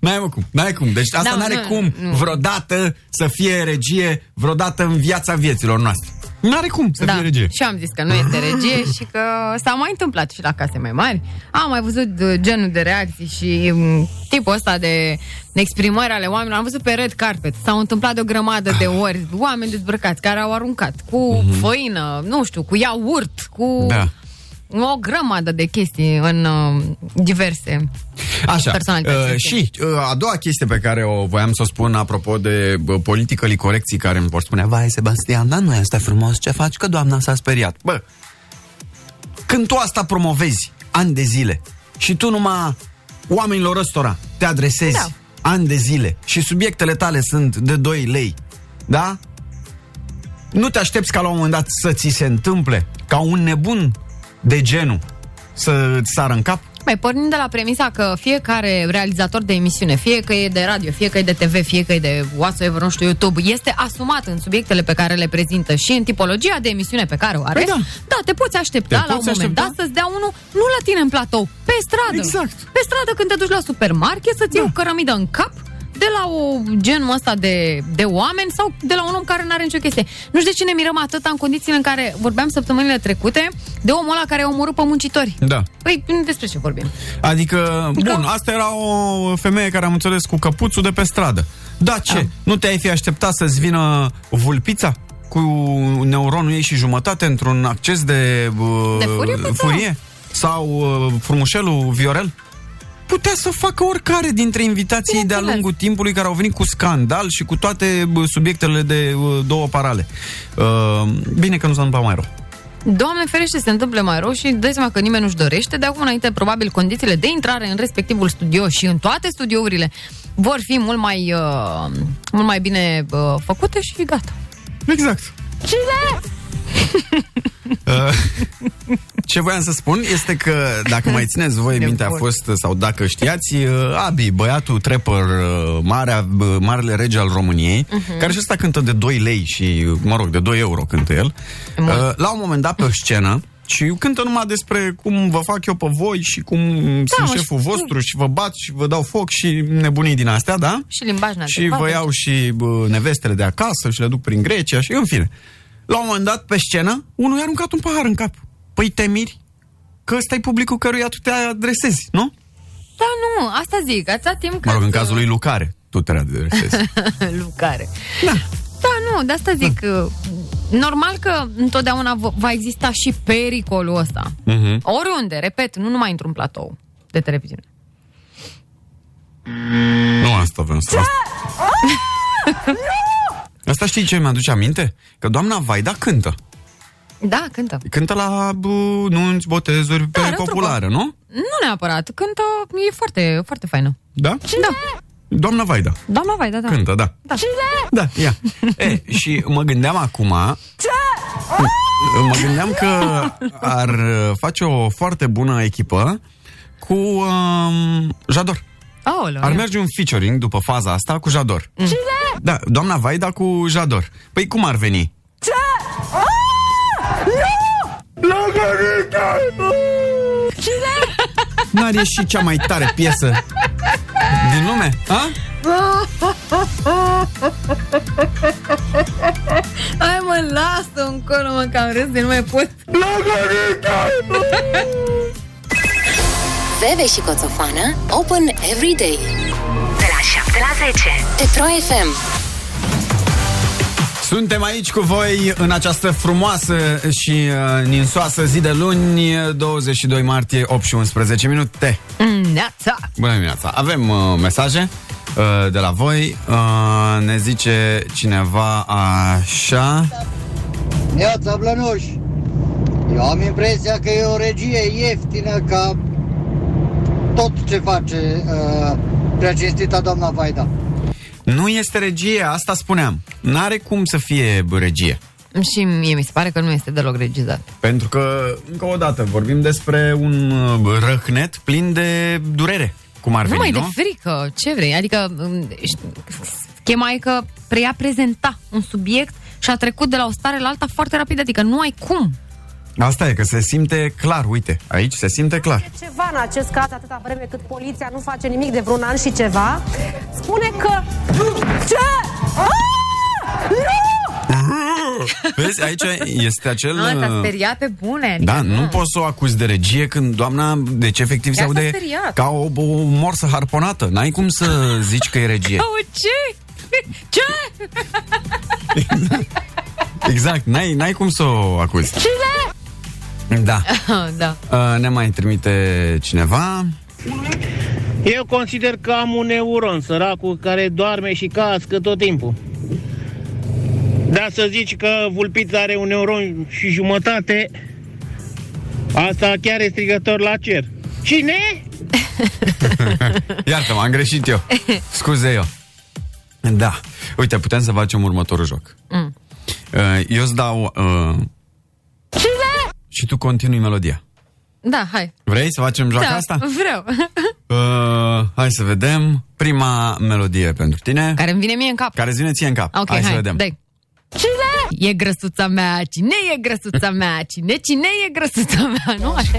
C: N-ai mă cum, n-ai cum. Deci asta
D: Da,
C: da,
D: mă,
C: n-are
D: nu,
C: cum
D: nu.
C: vreodată să fie regie, vreodată în viața vieților noastre. N-are cum să
D: da.
C: fie regie.
D: Și am zis că nu este regie și că s-a mai întâmplat și la case mai mari. Am mai văzut uh, genul de reacții și um, tipul ăsta de exprimări ale oamenilor. Am văzut pe red carpet. S-au întâmplat de o grămadă
C: Ah.
D: de ori oameni dezbrăcați care au aruncat cu făină, nu știu, cu iaurt, cu...
C: Mhm. Da.
D: O grămadă de chestii în uh, diverse
C: Așa.
D: personalități.
C: Uh, și uh, a doua chestie pe care o voiam să o spun apropo de uh, politically corecții care îmi vor spune Vai, Sebastian, dar nu este frumos ce faci, că doamna s-a speriat. Bă, când tu asta promovezi ani de zile și tu numai oamenilor ăstora te adresezi
D: Da.
C: da. ani de zile și subiectele tale sunt de 2 lei, da? Nu te aștepți ca la un moment dat să ți se întâmple ca un nebun de genul să ți sară în cap?
D: Mai pornind de la premisa că fiecare realizator de emisiune, fie că e de radio, fie că e de TV, fie că e de whatsoever, nu știu, YouTube, este asumat în subiectele pe care le prezintă și în tipologia de emisiune pe care o are.
C: Păi da.
D: da te poți aștepta
C: Te
D: la
C: poți
D: un moment
C: aștepta.
D: dat să-ți dea unul, nu la tine în platou, pe stradă.
C: Exact. Da.
D: Pe stradă când te duci la supermarket să-ți iei o cărămidă în cap de la o genul ăsta de, de oameni sau de la un om care nu are nicio chestie. Nu știu de ce ne mirăm atâta în condițiile în care vorbeam săptămânile trecute de omul ăla care a omorât pe muncitori.
C: Da.
D: Păi, despre ce vorbim?
C: Adică, bun, asta era o femeie care am înțeles cu căpuțul de pe stradă. Da, ce?
D: Da.
C: Nu te-ai fi așteptat să-ți vină vulpița? cu neuronul ei și jumătate într-un acces de, uh,
D: De furie, păi da. pe
C: furie? sau uh, frumușelul Viorel? Putea să facă oricare dintre invitații de-a
D: Bineînțeles.
C: lungul timpului care au venit cu scandal și cu toate bă, subiectele de uh, două parale. Uh, bine că nu s-a întâmplat mai rău.
D: Doamne ferește, se întâmple mai rău și dai seama că nimeni nu-și dorește. De acum înainte, probabil, condițiile de intrare în respectivul studio și în toate studiourile vor fi mult mai, uh, mult mai bine uh, făcute și gata.
C: Exact. Cine? Ce voiam să spun este că, dacă mai țineți voi
D: De
C: minte, a
D: bun.
C: fost, sau dacă știați, uh, Abi, băiatul trepăr, uh, marea, uh, marele rege al României,
D: Mhm.
C: care și ăsta cântă de 2 lei și, uh, mă rog, de 2 euro cântă el, uh, la un moment dat pe scenă, și cântă numai despre cum vă fac eu pe voi și cum sunt
D: Da, mă,
C: șeful
D: și-
C: vostru și vă bat și vă dau foc și nebunii din astea, da?
D: Și limbaj n-a
C: Și
D: întrebat,
C: vă
D: deci-
C: iau și bă, nevestele de acasă și le duc prin Grecia și în fine. La un moment dat, pe scenă, unul i-a aruncat un pahar în cap. Păi te miri că ăsta e publicul căruia tu te adresezi, nu?
D: Da, nu, asta zic, atâta timp că...
C: Mă rog, în cazul lui Lucare, tu te adresezi.
D: Lucare. Da. Da, nu, de asta zic. uh, Normal că întotdeauna v- va exista și pericolul ăsta.
C: Mhm.
D: Oriunde, repet, nu numai într-un platou de televiziune.
C: nu asta vreau să Asta știi ce mi-aduce aminte? Că doamna Vaida cântă.
D: Da, cântă.
C: Cântă la bă, nunți, botezuri, pe
D: are o
C: populară, nu?
D: Nu neapărat, cântă, e foarte, foarte faină.
C: Da?
D: Da,
C: Doamna Vaida.
D: doamna Vaida, da.
C: Cântă, da.
D: Da.
C: Da, ia. E, și mă gândeam acum... Mă gândeam că ar uh, face o foarte bună echipă cu um, Jador.
D: Aoleu,
C: Ar merge un featuring după faza asta cu Jador. Da, doamna Vaida cu Jador. Păi cum ar veni? Ce? N-ar ieși cea mai tare piesă din lume? A?
D: Hai mă, lasă încolo, mă, că am râs de nu mai pot.
B: Bebe și Coțofană Open every day
A: De la 7 la 10.
B: Pe Pro FM
C: Suntem aici cu voi în această frumoasă și uh, ninsoasă zi de luni, 22 martie, 8 și 11 minute.
D: Neața.
C: Bună dimineața! Avem uh, mesaje uh, de la voi. Uh, ne zice cineva așa...
I: Neața Blănoș, eu
J: Am impresia că e o regie ieftină ca tot ce face uh, preacinstita doamna Vaida.
C: Nu este regie, asta spuneam. N-are cum să fie regie.
D: Și mie mi se pare că nu este deloc regizat.
C: Pentru că, încă o dată, vorbim despre un uh, răhnet plin de durere, cum ar
D: Nu
C: veni,
D: mai
C: nu?
D: de frică, ce vrei? Adică m, ș- schema e că preia prezenta un subiect și a trecut de la o stare la alta foarte rapid, adică nu ai cum.
C: Asta e, că se simte clar, uite, aici se simte clar.
F: Ceva în acest caz, atâta vreme cât poliția nu face nimic de vreun an și ceva, spune că... Ce? Ah! Nu!
C: Vezi, aici este acel...
D: Nu, s-a
C: uh,
D: speriat pe bune. adică-
C: Da, nu poți să o acuzi de regie când doamna, deci efectiv se
D: Ea s-a
C: aude
D: speriat.
C: ca o, o morsă harponată. N-ai cum să zici că e regie.
D: Oh, ce? Ce?
C: Exact, n-ai, n-ai cum să o acuzi. Da.
D: da.
C: Uh, Ne mai trimite cineva.
K: Eu consider că am un neuron, săracul, care doarme și cască tot timpul. Dar să zici că vulpița are un neuron și jumătate, asta chiar e strigător la cer. Cine?
C: Iartă, m-am greșit eu. Scuze eu. Da. Uite, putem să facem următorul joc.
D: Mm.
C: Uh, Eu îți dau... uh, Și tu continui melodia.
D: Da, hai.
C: Vrei să facem joaca
D: da,
C: asta?
D: vreau.
C: Uh, hai să vedem. Prima melodie pentru tine.
D: Care îmi vine mie în cap.
C: Care îți vine ție în cap.
D: Ok,
C: hai,
D: hai,
C: să vedem.
D: dai. Cine? E grăsuța mea, cine e grăsuța mea, cine, cine e grăsuța mea, nu? Așa.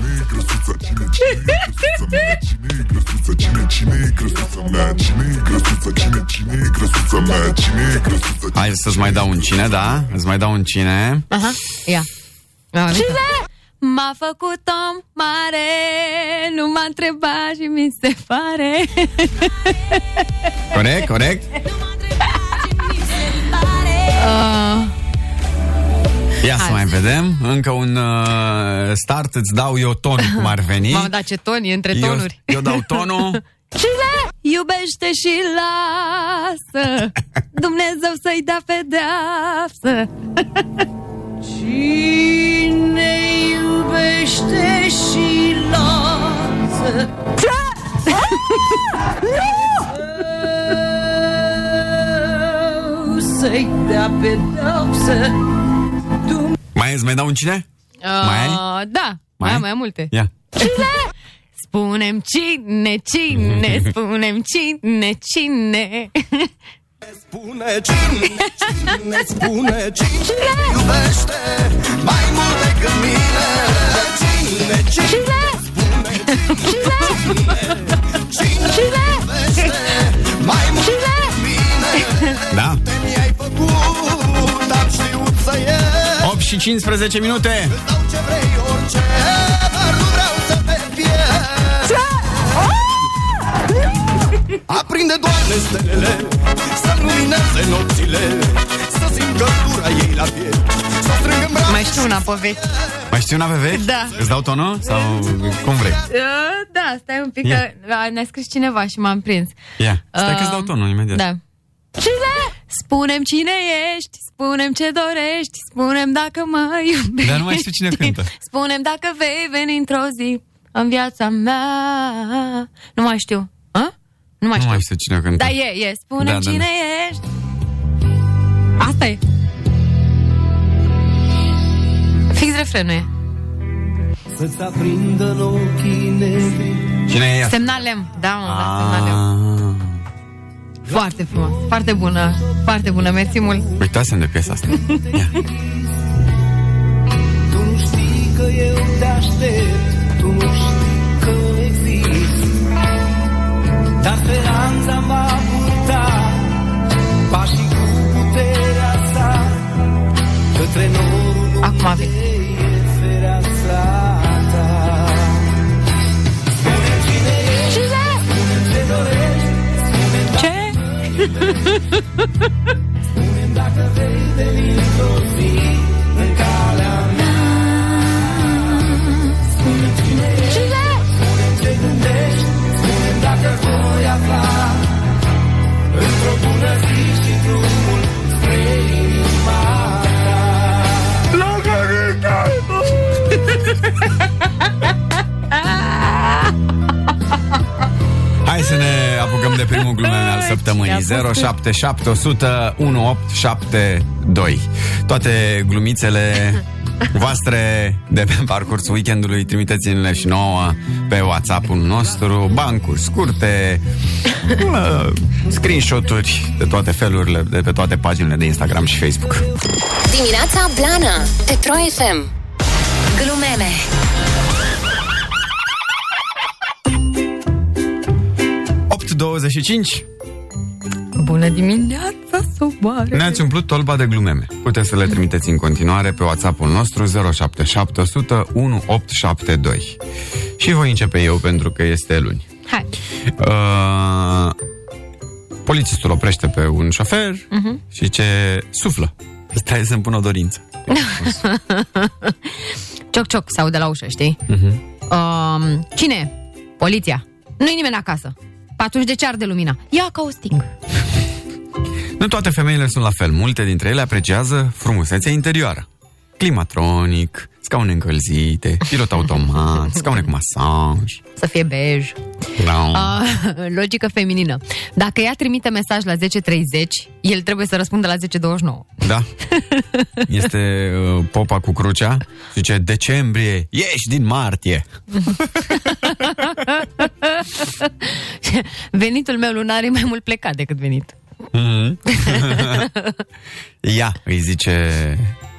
C: Hai să-ți mai dau un cine, da? Îți mai dau un cine.
D: Aha, ia. Cine? M-a făcut om mare, nu m-a întrebat și mi se pare.
C: Corect, corect?
D: Ah.
C: Ia să
D: Hai.
C: mai vedem. Încă un uh, start îți dau eu ton cum ar veni.
D: Mamă, da, ce ton, e între
C: eu,
D: tonuri.
C: eu dau tonul.
D: Cine iubește și lasă, Dumnezeu să-i dea pedeapsă. Cine iubește și lasă, să-i dea pedeapsă.
C: Mai îți mai dau un cine? Mai ai?
D: Da, mai am mai am multe.
C: Ia.
D: Spunem cine, cine, spunem cine, cine.
L: Spune cine, cine spune cine iubește mai mult decât mine. Cine, cine spune cine, cine, cine iubește mai mult decât mine.
C: Da.
L: Te mi-ai făcut, am știut să iei.
C: 8 și 15 minute.
L: Dau ce vrei, orice, dar nu vreau să te pierd. Ah! Aprinde doamne stelele Să lumineze nopțile Să simt căldura ei la piept Să o strâng în brațe
D: Mai știu una poveste.
C: Mai știi un AVV?
D: Da.
C: Îți dau tonul? Sau cum vrei?
D: Uh, Da, stai un pic,
C: Ia.
D: că a, ne-a scris cineva și m-am prins.
C: Ia. Stai că îți
D: Uh,
C: dau tonul imediat.
D: Da. Cine? Spunem cine ești, spunem ce dorești, spunem dacă mă iubești.
C: Dar nu mai știu cine cântă.
D: Spunem dacă vei veni într-o zi în viața mea. Nu mai știu. A? Nu mai
C: Nu
D: știu.
C: mai știu cine cântă.
D: Da, e, e. Spunem
C: Da, da,
D: cine ești. Asta e. Fix refrenul e.
L: Să-ți aprindă în ochii negri
C: Cine e ea?
D: Semnalem. Da, mă, da, semnalem.
C: Ah.
D: Foarte frumos. Foarte bună. Foarte bună. Mersi mult.
C: Uitasem de piesa asta. Ia.
L: Tu nu știi că eu te aștept Tu nu știi că exist Dar speranța m-a purtat Pașii cu puterea sa Către norul
D: Acum vin.
L: e
D: Ce? Ce?
C: Hai să ne apucăm de primul glume al săptămânii 077 1872 Toate glumițele voastre de pe parcursul weekendului Trimiteți-ne și nouă pe WhatsApp-ul nostru Bancuri scurte uh, Screenshot-uri de toate felurile De pe toate paginile de Instagram și Facebook
B: Dimineața Blana Pe Pro FM Glumeme
C: Opt 25
D: Bună dimineața, soare!
C: Ne-ați umplut tolba de glumeme. Puteți să le trimiteți în continuare pe WhatsApp-ul nostru 07700 1872. Și voi începe eu pentru că este luni.
D: Hai!
C: Uh, polițistul oprește pe un șofer uh-huh. și ce suflă. Stai să-mi pun o dorință.
D: Cioc, cioc, sau de la ușă, știi?
C: Mhm.
D: Uh-huh. Um, cine e? Poliția. Nu-i nimeni acasă. Păi Atunci de ce arde lumina? Ia ca o sting.
C: Nu toate femeile sunt la fel. Multe dintre ele apreciază frumusețea interioară. Climatronic, scaune încălzite, pilot automat, scaune cu masaj.
D: Să fie bej.
C: Da.
D: Uh, logică feminină. Dacă ea trimite mesaj la 10.30, el trebuie să răspundă la 10.29.
C: Da. Este uh, popa cu crucea. Zice, decembrie, ieși din martie.
D: Venitul meu lunar e mai mult plecat decât venit.
C: Mhm. Ia, îi zice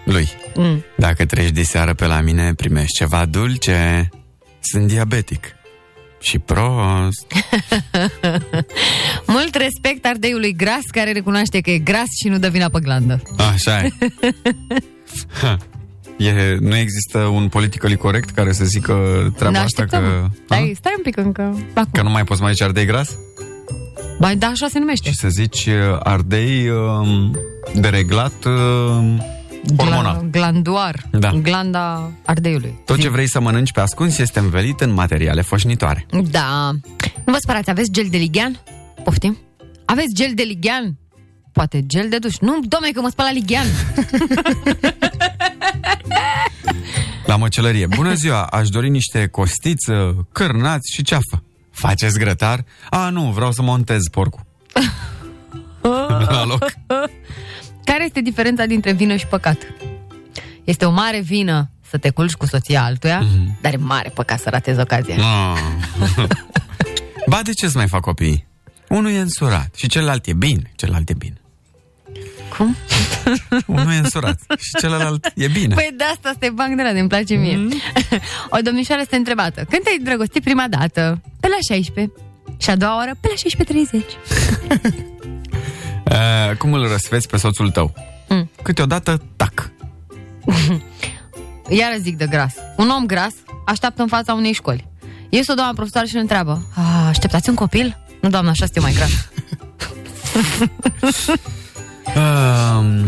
C: lui.
D: Mm.
C: Dacă treci de seară pe la mine, primești ceva dulce. Sunt diabetic. Și prost.
D: Mult respect ardeiului gras care recunoaște că e gras și nu dă vina pe glandă.
C: Așa e. Ha. e nu există un politically corect care să zică treaba
D: Ne
C: asta
D: așteptăm.
C: că...
D: Stai, stai un pic încă. Acum.
C: Că nu mai poți mai zice ardei gras?
D: Ba, da, așa se numește.
C: Și să zici uh, ardei uh, dereglat uh, hormonal.
D: Gla- glanduar.
C: Da.
D: Glanda ardeiului.
C: Tot ce vrei să mănânci pe ascuns este învelit în materiale foșnitoare.
D: Da. Nu vă spărați, aveți gel de lighean? Poftim? Aveți gel de lighean? Poate gel de duș. Nu, domne, că mă spăl la lighean.
C: La măcelărie. Bună ziua, aș dori niște costiță, cârnați și ceafă. Faceți grătar? A, nu, vreau să montez porcul. La loc.
D: Care este diferența dintre vină și păcat? Este o mare vină să te culci cu soția altuia, mm-hmm. dar e mare păcat să ratezi ocazia.
C: Ah. ba, de ce să mai fac copii? Unul e însurat și celălalt e bine. Celălalt e bine.
D: Cum?
C: Unul e însurat și celălalt e bine.
D: Păi de asta este banc de la îmi place mie. Mm-hmm. o domnișoară este întrebată. Când te-ai drăgostit prima dată? Pe la 16. Și a doua oară? Pe la 16.30.
C: Uh, cum îl răsfeți pe soțul tău? Mm. Câteodată, tac.
D: Iar zic de gras. Un om gras așteaptă în fața unei școli. Iese o doamnă profesoară și îl întreabă. "A, Așteptați un copil? Nu, doamnă, așa sunt eu mai gras.
C: Uh,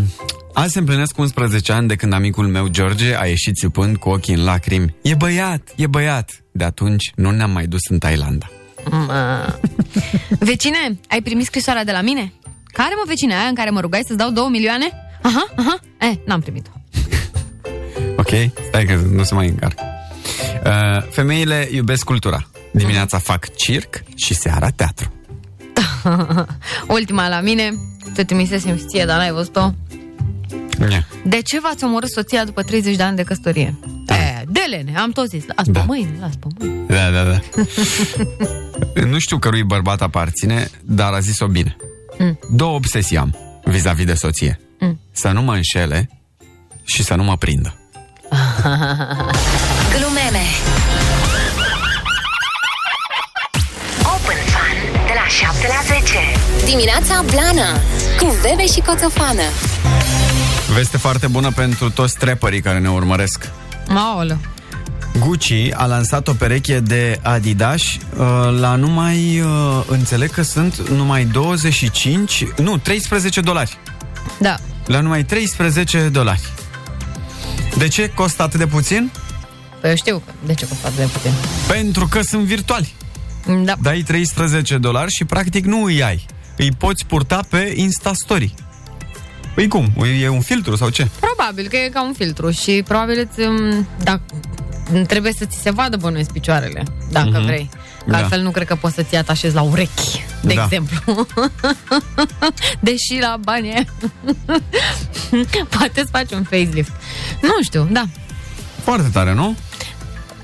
C: azi se împlinesc 11 ani de când amicul meu, George, a ieșit țipând cu ochii în lacrimi. E băiat, e băiat. De atunci nu ne-am mai dus în Thailanda.
D: Mă. Vecine, ai primit scrisoarea de la mine? Care mă vecine aia în care mă rugai să-ți dau două milioane? Aha, aha, eh, n-am primit-o.
C: Ok? Stai că nu se mai încarc. Uh, femeile iubesc cultura. Dimineața fac circ și seara teatru.
D: Ultima la mine, te trimisesem și ție, dar n-ai văzut-o.
C: Nya.
D: De ce v-ați omorât soția după 30 de ani de căsătorie? Da. De lene, am tot zis. Las da.
C: Da.
D: pe mâini, las pe mâini.
C: Da, da, da. nu știu cărui bărbat aparține, dar a zis-o bine.
D: Mm.
C: Două obsesii am vis-a-vis de soție.
D: Mm.
C: Să nu mă înșele și să nu mă prindă.
B: Glumeme
A: Open Fun de la 7 la 10.
B: Dimineața Blana Cu Bebe și Coțofană
C: Veste foarte bună pentru toți trepării care ne urmăresc.
D: Maolă.
C: Gucci a lansat o pereche de Adidas uh, la numai, uh, înțeleg că sunt numai 25, nu, 13 dolari.
D: Da.
C: La numai 13 dolari. De ce costă atât de puțin?
D: Păi eu știu că- de ce costă atât de puțin.
C: Pentru că sunt virtuali.
D: Da.
C: Dai 13 dolari și practic nu îi ai. Îi poți purta pe Instastory. Păi cum? E un filtru sau ce?
D: Probabil că e ca un filtru și probabil îți, um, da, trebuie să ți se vadă bănuiesc picioarele, dacă
C: Mhm.
D: vrei. Că
C: Da.
D: altfel nu cred că poți să ți atașezi la urechi, de
C: Da.
D: exemplu. Deși la bani poate să faci un facelift. Nu știu, da.
C: Foarte tare, nu?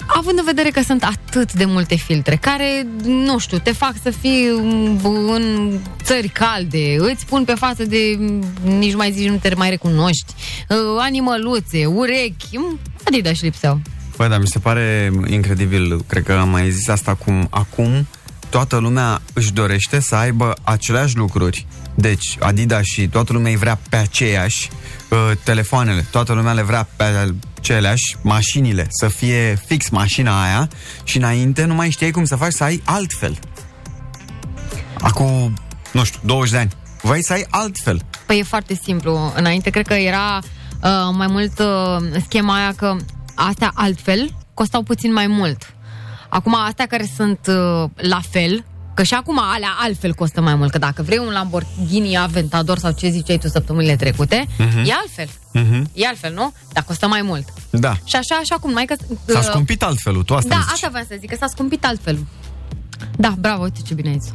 D: Având în vedere că sunt atât de multe filtre care, nu știu, te fac să fii m, b- în țări calde, îți pun pe față de, m, nici mai zici, nu te mai recunoști, uh, animăluțe, urechi, m, Adidas și lipseau.
C: Păi, dar mi se pare incredibil, cred că am mai zis asta cum acum toată lumea își dorește să aibă aceleași lucruri. Deci, Adidas și toată lumea îi vrea pe aceeași uh, telefoanele, toată lumea le vrea pe aceleași mașinile, să fie fix mașina aia și înainte nu mai știai cum să faci să ai altfel. Acum, nu știu, 20 de ani. Vrei să ai altfel.
D: Păi e foarte simplu. Înainte cred că era uh, mai mult uh, schema aia că astea altfel costau puțin mai mult. Acum astea care sunt uh, la fel, că și acum alea altfel costă mai mult. Că dacă vrei un Lamborghini Aventador sau ce ziceai tu săptămânile trecute,
C: Mhm.
D: e altfel.
C: Mhm.
D: E altfel, nu? Dar costă mai mult.
C: Da.
D: Și așa, așa cum mai că...
C: S-a
D: uh,
C: scumpit altfelul, tu asta
D: Da,
C: îmi zici.
D: asta vreau să zic, că s-a scumpit altfel. Da, bravo, uite ce bine ai zis.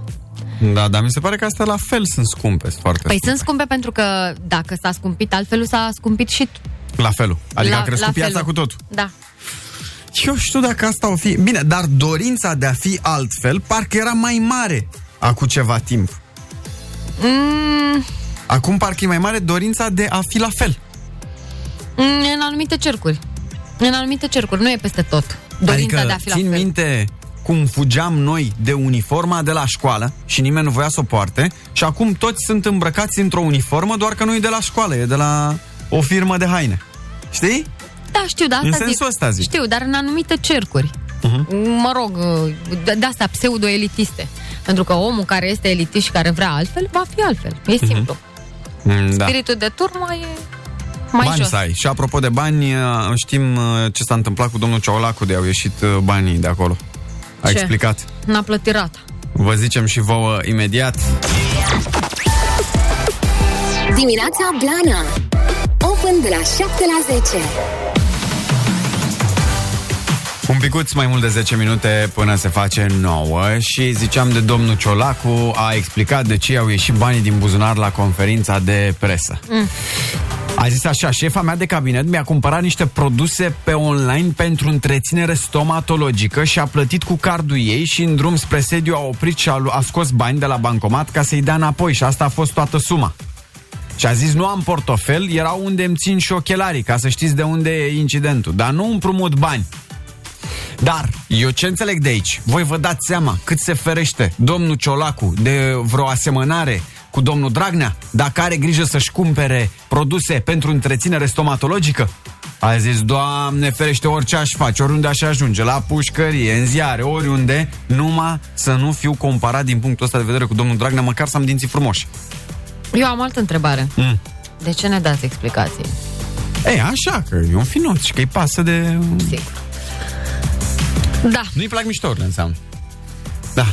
D: Păi
C: Da, dar mi se pare că astea la fel sunt scumpe, sunt foarte
D: Păi sunt scumpe pentru că dacă s-a scumpit altfel, s-a scumpit și
C: La felul. Adică
D: La-
C: a crescut
D: la
C: piața
D: felul.
C: cu totul.
D: Da.
C: Eu știu dacă asta o fi... Bine, dar dorința de a fi altfel parcă era mai mare acum ceva timp.
D: Mm,
C: Acum parcă e mai mare dorința de a fi la fel.
D: mm, în anumite cercuri. În anumite cercuri, nu e peste tot. Dorința
C: adică
D: de a fi la
C: țin
D: fel.
C: minte cum fugeam noi de uniforma de la școală și nimeni nu voia să o poarte și acum toți sunt îmbrăcați într-o uniformă, doar că nu e de la școală, e de la o firmă de haine. Știi?
D: Da, știu, da, asta
C: În
D: zic.
C: sensul ăsta zic.
D: Știu, dar în anumite cercuri.
C: Mhm.
D: Mă rog, de- de astea pseudo-elitiste. Pentru că omul care este elitist și care vrea altfel, va fi altfel. E simplu.
C: Mm, Mhm. Da.
D: Spiritul de turmă e mai
C: bani
D: jos.
C: să ai. Și apropo de bani, uh, știm uh, ce s-a întâmplat cu domnul Ciolacu de au ieșit uh, banii de acolo. A
D: Ce?
C: explicat.
D: N-a plătit rata.
C: Vă zicem și vouă imediat.
B: Dimineața Blana Open de la 7 la 10
C: Un picuț mai mult de 10 minute până se face 9 și ziceam de domnul Ciolacu a explicat de ce au ieșit banii din buzunar la conferința de presă.
D: Mm.
C: A zis așa, șefa mea de cabinet mi-a cumpărat niște produse pe online pentru întreținere stomatologică și a plătit cu cardul ei și în drum spre sediu a oprit și a, lu- a scos bani de la bancomat ca să-i dea înapoi și asta a fost toată suma. Și a zis, nu am portofel, era unde îmi țin și ochelarii, ca să știți de unde e incidentul. Dar nu împrumut bani. Dar eu ce înțeleg de aici? Voi vă dați seama cât se ferește domnul Ciolacu de vreo asemănare cu domnul Dragnea, dacă are grijă să-și cumpere produse pentru întreținere stomatologică? A zis, Doamne ferește, orice aș face, oriunde aș ajunge, la pușcărie, în ziare, oriunde, numai să nu fiu comparat din punctul ăsta de vedere cu domnul Dragnea, măcar să am dinții frumoși.
D: Eu am altă întrebare.
C: Mm.
D: De ce ne dați explicații?
C: E, așa, că e un finuț și că-i pasă de...
D: Sigur. Da.
C: Nu-i plac miștourile, înseamnă. Da.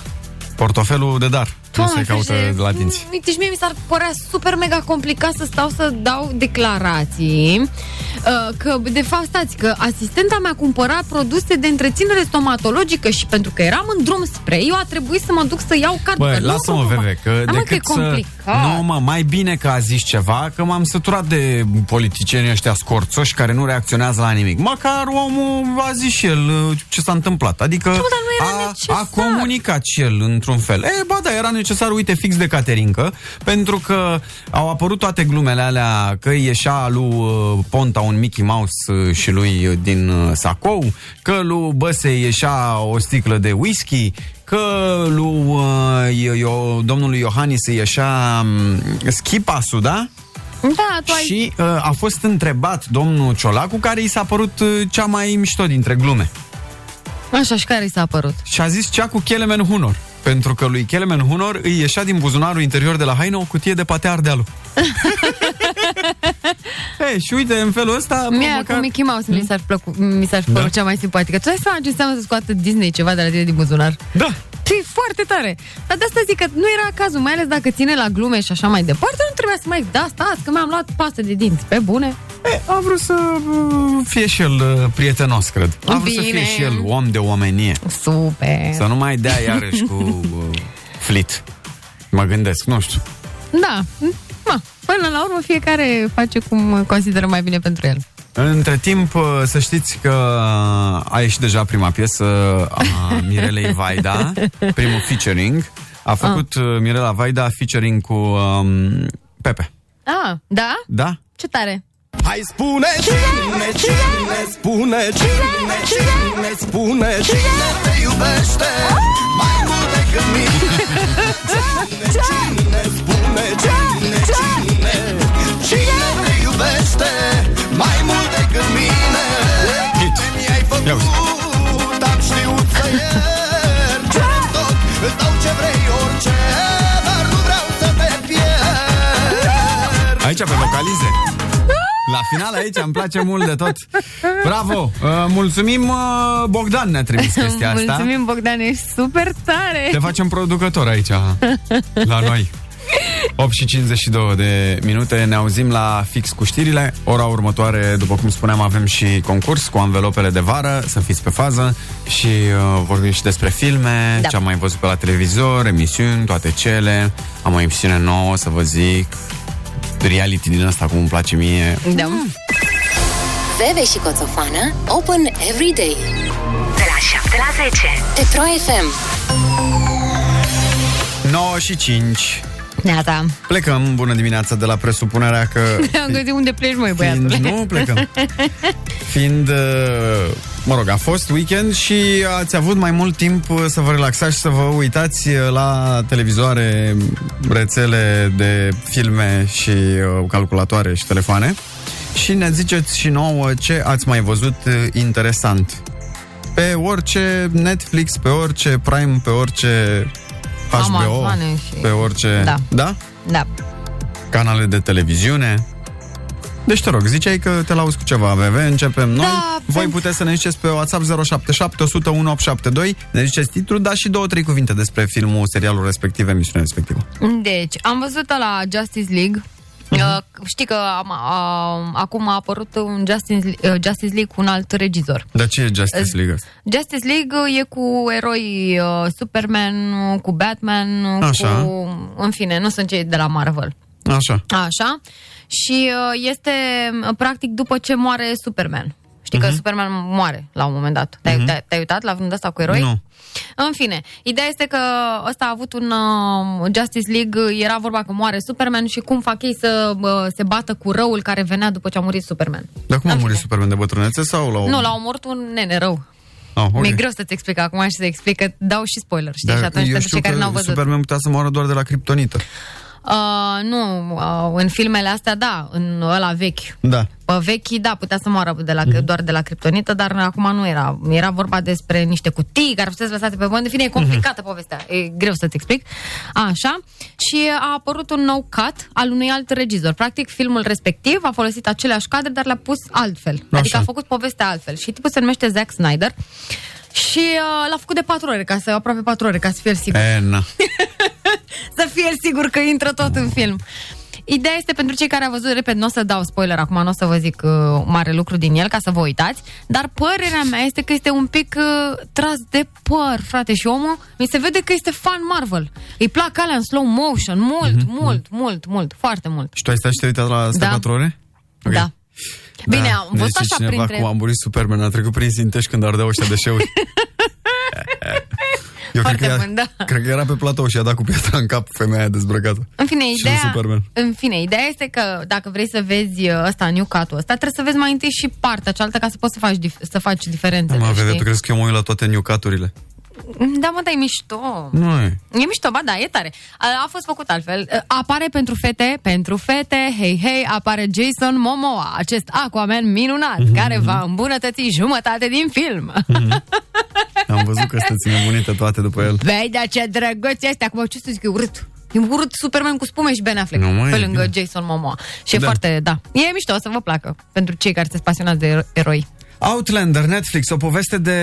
C: Portofelul de dar. nu se caută
D: ferește,
C: de la dinți.
D: Mm, Uite, și mie mi s-ar părea super mega complicat să stau să dau declarații uh, că, de fapt, stați, că asistenta mea cumpăra produse de întreținere stomatologică și pentru că eram în drum spre eu a trebuit să mă duc să iau cardul.
C: Bă,
D: Nu,
C: lasă-mă,
D: nu, nu,
C: Veve, că
D: Da, mă, că e
C: decât să...
D: complicat.
C: Nu, mă, mai bine că a zis ceva, că m-am săturat de politicienii ăștia scorțoși care nu reacționează la nimic. Măcar omul a zis și el uh, ce s-a întâmplat. Adică
D: dar nu era
C: a, a comunicat și el într-un fel. E, ba da, era necesar, uite, fix de Caterincă, pentru că au apărut toate glumele alea că îi ieșea lui uh, Ponta un Mickey Mouse uh, și lui uh, din uh, sacou, că lui Băse ieșea o sticlă de whisky, că lui uh, eu, eu, domnului Iohannis îi ieșea um, schipasul, da?
D: Da, tu ai...
C: Și uh, a fost întrebat domnul Ciolacu care i s-a părut uh, cea mai mișto dintre glume.
D: Așa, și care i s-a părut?
C: Și a zis cea cu Kelemen Hunor. Pentru că lui Kelemen Hunor îi ieșea din buzunarul interior de la haină o cutie de patea ardealu. Ei, și uite, în felul ăsta... bă,
D: Mie cu Mickey Mouse mi s-ar, plăcu, mi s-ar părut
C: Da.
D: cea mai simpatică. Tu ai să ce înseamnă să scoată Disney ceva de la tine din buzunar?
C: Da,
D: Și foarte tare. Dar de asta zic că nu era cazul, mai ales dacă ține la glume și așa mai departe, nu trebuia să mai da, stați că mi-am luat pastă de dinți. Pe bune.
C: E, a vrut să uh, fie și el uh, prietenos, cred. A vrut să fie
D: Bine.
C: și el om de omenie.
D: Super.
C: Să nu mai dea iarăși cu uh, flit. Mă gândesc, nu știu.
D: Da. Ma, până la urmă fiecare face cum consideră mai bine pentru el.
C: Între timp, uh, să știți că a ieșit deja prima piesă a Mirelei Vaida, primul featuring. A făcut uh, Mirela Vaida featuring cu um, Pepe.
D: Ah, da?
C: Da?
D: Ce tare.
M: Hai spune cine, cine spune Cine, cine spune Cine te iubește Mai mult decât mine Cine, cine spune Cine, cine Cine te iubește Mai mult decât mine Hit. Mi-ai făcut Am știut să iert Cerem tot, îți dau ce vrei Orice, dar nu vreau să te pierd
C: Aici, pe vocalize. La final aici îmi place mult de tot. Bravo! Uh, mulțumim, uh, Bogdan ne-a trimis chestia asta.
D: Mulțumim, Bogdan, ești super tare.
C: Te facem producător aici, la noi. 8 și 52 de minute, ne auzim la fix cu știrile. Ora următoare, după cum spuneam, avem și concurs cu anvelopele de vară, să fiți pe fază și uh, vorbim și despre filme,
D: Da.
C: ce am mai văzut pe la televizor, emisiuni, toate cele. Am o emisiune nouă, să vă zic, reality din asta, cum îmi place mie.
D: Da.
B: Veve și Coțofană Open every day
A: De la 7 la 10.
B: Petro FM
C: 9 și 5.
D: Neata.
C: Plecăm, bună dimineața, de la presupunerea că
D: Am găsit unde pleci, măi, băiatule.
C: Fiind, Păi nu plecăm. Fiind, uh, mă rog, a fost weekend și ați avut mai mult timp uh, să vă relaxați și să vă uitați uh, la televizoare, rețele de filme și uh, calculatoare și telefoane și ne ziceți și nouă ce ați mai văzut uh, interesant. Pe orice Netflix, pe orice Prime, pe orice HBO,
D: Amazoane și-
C: pe orice...
D: Da.
C: da?
D: Da.
C: canale de televiziune. Deci te rog, ziceai că te lauzi cu ceva, VV, începem noi.
D: Da,
C: Voi puteți să ne ziceți pe WhatsApp 077 101 872, ne ziceți titlul, dar și două, trei cuvinte despre filmul, serialul respectiv, emisiunea respectivă.
D: Deci, am văzut la Justice League. Uh, știi că am, uh, acum a apărut un Justice, uh, Justice League cu un alt regizor.
C: Dar ce e Justice League?
D: Justice League uh, e cu eroi uh, Superman, uh, cu Batman, uh,
C: Așa.
D: cu... În fine, nu sunt cei de la Marvel.
C: Așa.
D: Așa. Și uh, este uh, practic după ce moare Superman. Știi
C: Mhm.
D: că Superman moare la un moment dat. Te-ai, te-ai, te-ai uitat la vreun de asta cu eroi?
C: Nu.
D: În fine, ideea este că ăsta a avut un uh, Justice League, era vorba că moare Superman și cum fac ei să uh, se bată cu răul care venea după ce a murit Superman.
C: Dar cum a murit Superman de bătrânețe sau la o...
D: Nu, l-au omorât un nene rău.
C: Ah, ok.
D: Okay. Mi-e greu să-ți explic acum și să explic că dau și spoiler, știi?
C: Dar
D: și atunci
C: eu
D: pentru
C: știu
D: cei care
C: că
D: n-au văzut.
C: Superman putea să moară doar de la criptonită.
D: Uh, nu, uh, în filmele astea, da, în ăla vechi.
C: Da.
D: Pe vechi, da, putea să moară de la, doar de la criptonită, dar acum nu era. Era vorba despre niște cutii care puteți lăsate pe pământ. În fine, e complicată povestea. E greu să-ți explic. Așa. Și a apărut un nou cut al unui alt regizor. Practic, filmul respectiv a folosit aceleași cadre, dar le-a pus altfel. Așa. Adică a făcut povestea altfel. Și tipul se numește Zack Snyder. Și uh, l-a făcut de patru ore, ca să, aproape patru ore, ca să fie el sigur
C: E, na.
D: să fie el sigur că intră tot în film. Ideea este pentru cei care au văzut repede, nu o să dau spoiler acum, nu o să vă zic uh, mare lucru din el ca să vă uitați, dar părerea mea este că este un pic uh, tras de păr, frate, și omul mi se vede că este fan Marvel. Îi plac alea în slow motion, mult,
C: Mhm,
D: mm-hmm. mult, mult, mult, foarte mult.
C: Și tu ai stat și te-ai uitat la asta
D: Da.
C: 4 ore? Ok.
D: Da. Bine, am
C: ne
D: văzut
C: zice
D: așa
C: cineva
D: printre-
C: cum a murit Superman, a trecut prin Sintești când ardeau ăștia deșeuri. Eu cred că,
D: Foarte
C: era,
D: bun, da.
C: cred că era pe platou și a dat cu piatra în cap femeia aia dezbrăcată.
D: În fine,
C: Și
D: ideea,
C: un Superman.
D: în fine, ideea este că dacă vrei să vezi uh, ăsta, new cut-ul ăsta, trebuie să vezi mai întâi și partea cealaltă ca să poți să faci, dif- să faci diferențe.
C: Mă, vede, tu crezi că eu mă uit la toate niucaturile?
D: Da, mă, dar e mișto.
C: Nu e.
D: E mișto, ba da, e tare. A, a fost făcut altfel. A, Apare pentru fete, pentru fete, hei, hei, apare Jason Momoa, acest Aquaman minunat, care va îmbunătăți jumătate din film.
C: Am văzut că sunteți nebunite toate după el.
D: Vei, dar ce drăguț este acum, ce să zic, e urât. E urât Superman cu spume și Ben Affleck
C: Nu, mă,
D: pe
C: e
D: lângă
C: bine.
D: Jason Momoa. Și
C: Da.
D: e foarte, da, e mișto, o să vă placă pentru cei care sunteți pasionați de ero- eroi.
C: Outlander, Netflix, o poveste de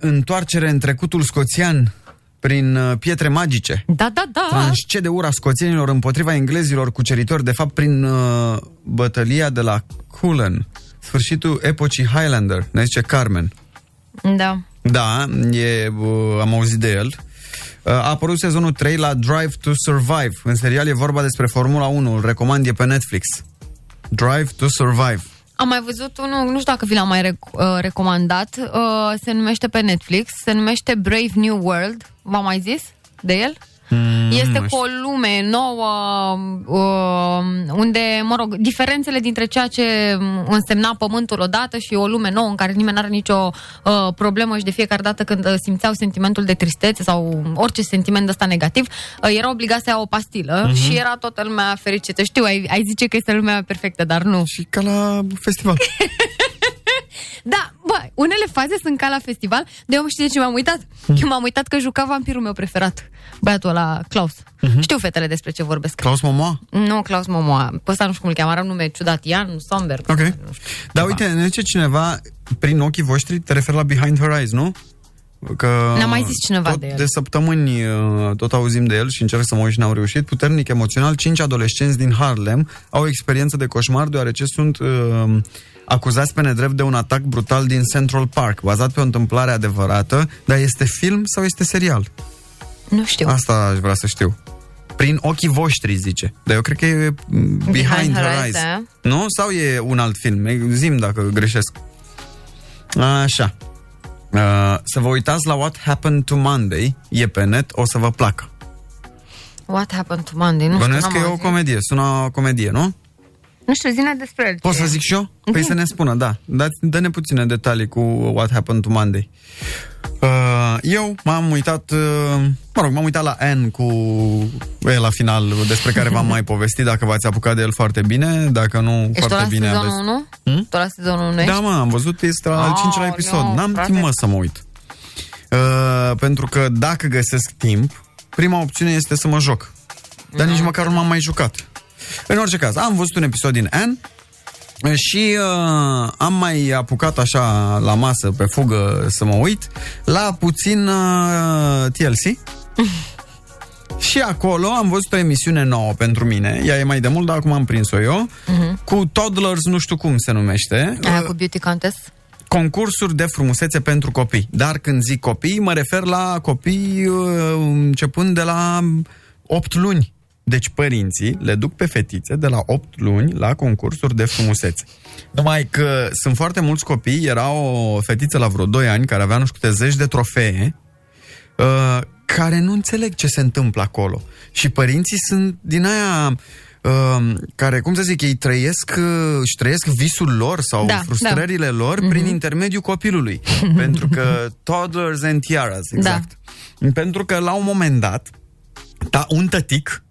C: întoarcere în trecutul scoțian prin uh, pietre magice.
D: Da, da, da.
C: Transcede ura scoțienilor împotriva englezilor cuceritori, de fapt prin uh, bătălia de la Cullen, sfârșitul epocii Highlander, ne zice Carmen.
D: Da.
C: Da, e, uh, am auzit de el. Uh, A apărut sezonul 3 la Drive to Survive. În serial e vorba despre Formula 1, îl recomand, e pe Netflix. Drive to Survive.
D: Am mai văzut unul, nu știu dacă vi l-am mai rec- uh, recomandat, uh, se numește pe Netflix, se numește Brave New World, v-am mai zis de el?
C: Mm,
D: Este
C: nu
D: cu o lume nouă uh, unde, mă rog, diferențele dintre ceea ce însemna pământul odată și o lume nouă în care nimeni n-are nicio uh, problemă și de fiecare dată când uh, simțeau sentimentul de tristețe sau orice sentiment ăsta negativ, uh, era obligat să ia o pastilă
C: Mhm.
D: uh-huh. și era toată lumea fericită. Știu, ai, ai zice că este lumea perfectă, dar nu.
C: Și ca la festival.
D: da, bă, unele faze sunt ca la festival, de eu știu de ce m-am uitat?
C: Hmm.
D: Eu m-am uitat că juca vampirul meu preferat, băiatul ăla, Klaus. Uh-huh. Știu fetele despre ce vorbesc.
C: Mhm. Klaus Momoa?
D: Nu, Klaus Momoa. Pe ăsta nu știu cum îl cheamă, are un nume ciudat. Ian Somberg.
C: Ok. Dar uite, ne zice cineva, prin ochii voștri, te referi la Behind Her Eyes, nu? Că
D: Ne-a mai zis cineva
C: tot
D: de el.
C: de săptămâni uh, tot auzim de el și încerc să mă uit și n-am reușit. Puternic emoțional, cinci adolescenți din Harlem au o experiență de coșmar deoarece sunt uh, acuzați pe nedrept de un atac brutal din Central Park, bazat pe o întâmplare adevărată, dar este film sau este serial?
D: Nu știu.
C: Asta aș vrea să știu. Prin ochii voștri, zice. Dar eu cred că e mm, Behind,
D: Behind
C: Her Eyes.
D: Her Eyes, da.
C: Nu? Sau e un alt film? E- Zim dacă greșesc. Așa. Uh, să vă uitați la What Happened to Monday. E pe net, o să vă placă.
D: What happened to Monday? Nu știu,
C: Bănuiesc
D: n-am
C: că e o
D: auzit.
C: comedie. Sună o comedie, nu?
D: Nu știu, zine despre el.
C: Pot să zic și eu? Păi
D: Da.
C: să ne spună, da. Dați, dă-ne puține detalii cu What Happened to Monday. Uh, eu m-am uitat, uh, mă rog, m-am uitat la Anne cu e, la final, despre care v-am mai povestit, dacă v-ați apucat de el foarte bine, dacă nu
D: Ești tot
C: foarte
D: la
C: bine
D: sezonul
C: aveți-
D: 1? Hmm? Tot la sezonul 1
C: Da, mă, am văzut, este la al
D: Aoleu,
C: cincilea episod. N-am
D: frate.
C: timp, mă, să mă uit. Uh, pentru că dacă găsesc timp, prima opțiune este să mă joc. Dar
D: Da.
C: nici măcar nu m-am mai jucat. În orice caz, am văzut un episod din Anne, și uh, am mai apucat așa la masă, pe fugă, să mă uit la puțin uh, TLC. și acolo am văzut o emisiune nouă pentru mine. Ea e mai de mult, dar acum am prins-o eu. Uh-huh. Cu Toddlers, nu știu cum se numește.
D: Mhm. Aia cu Beauty Contest?
C: Concursuri de frumusețe pentru copii. Dar când zic copii, mă refer la copii uh, începând de la 8 luni. Deci părinții le duc pe fetițe de la 8 luni la concursuri de frumusețe. Numai că sunt foarte mulți copii, era o fetiță la vreo 2 ani care avea nu știu câte zeci de trofee uh, care nu înțeleg ce se întâmplă acolo. Și părinții sunt din aia uh, care, cum să zic, ei trăiesc uh, și trăiesc visul lor sau
N: Da, da.
C: frustrările lor prin intermediul copilului. pentru că toddlers and tiaras, exact. Da. Pentru că la un moment dat, ta, un tătic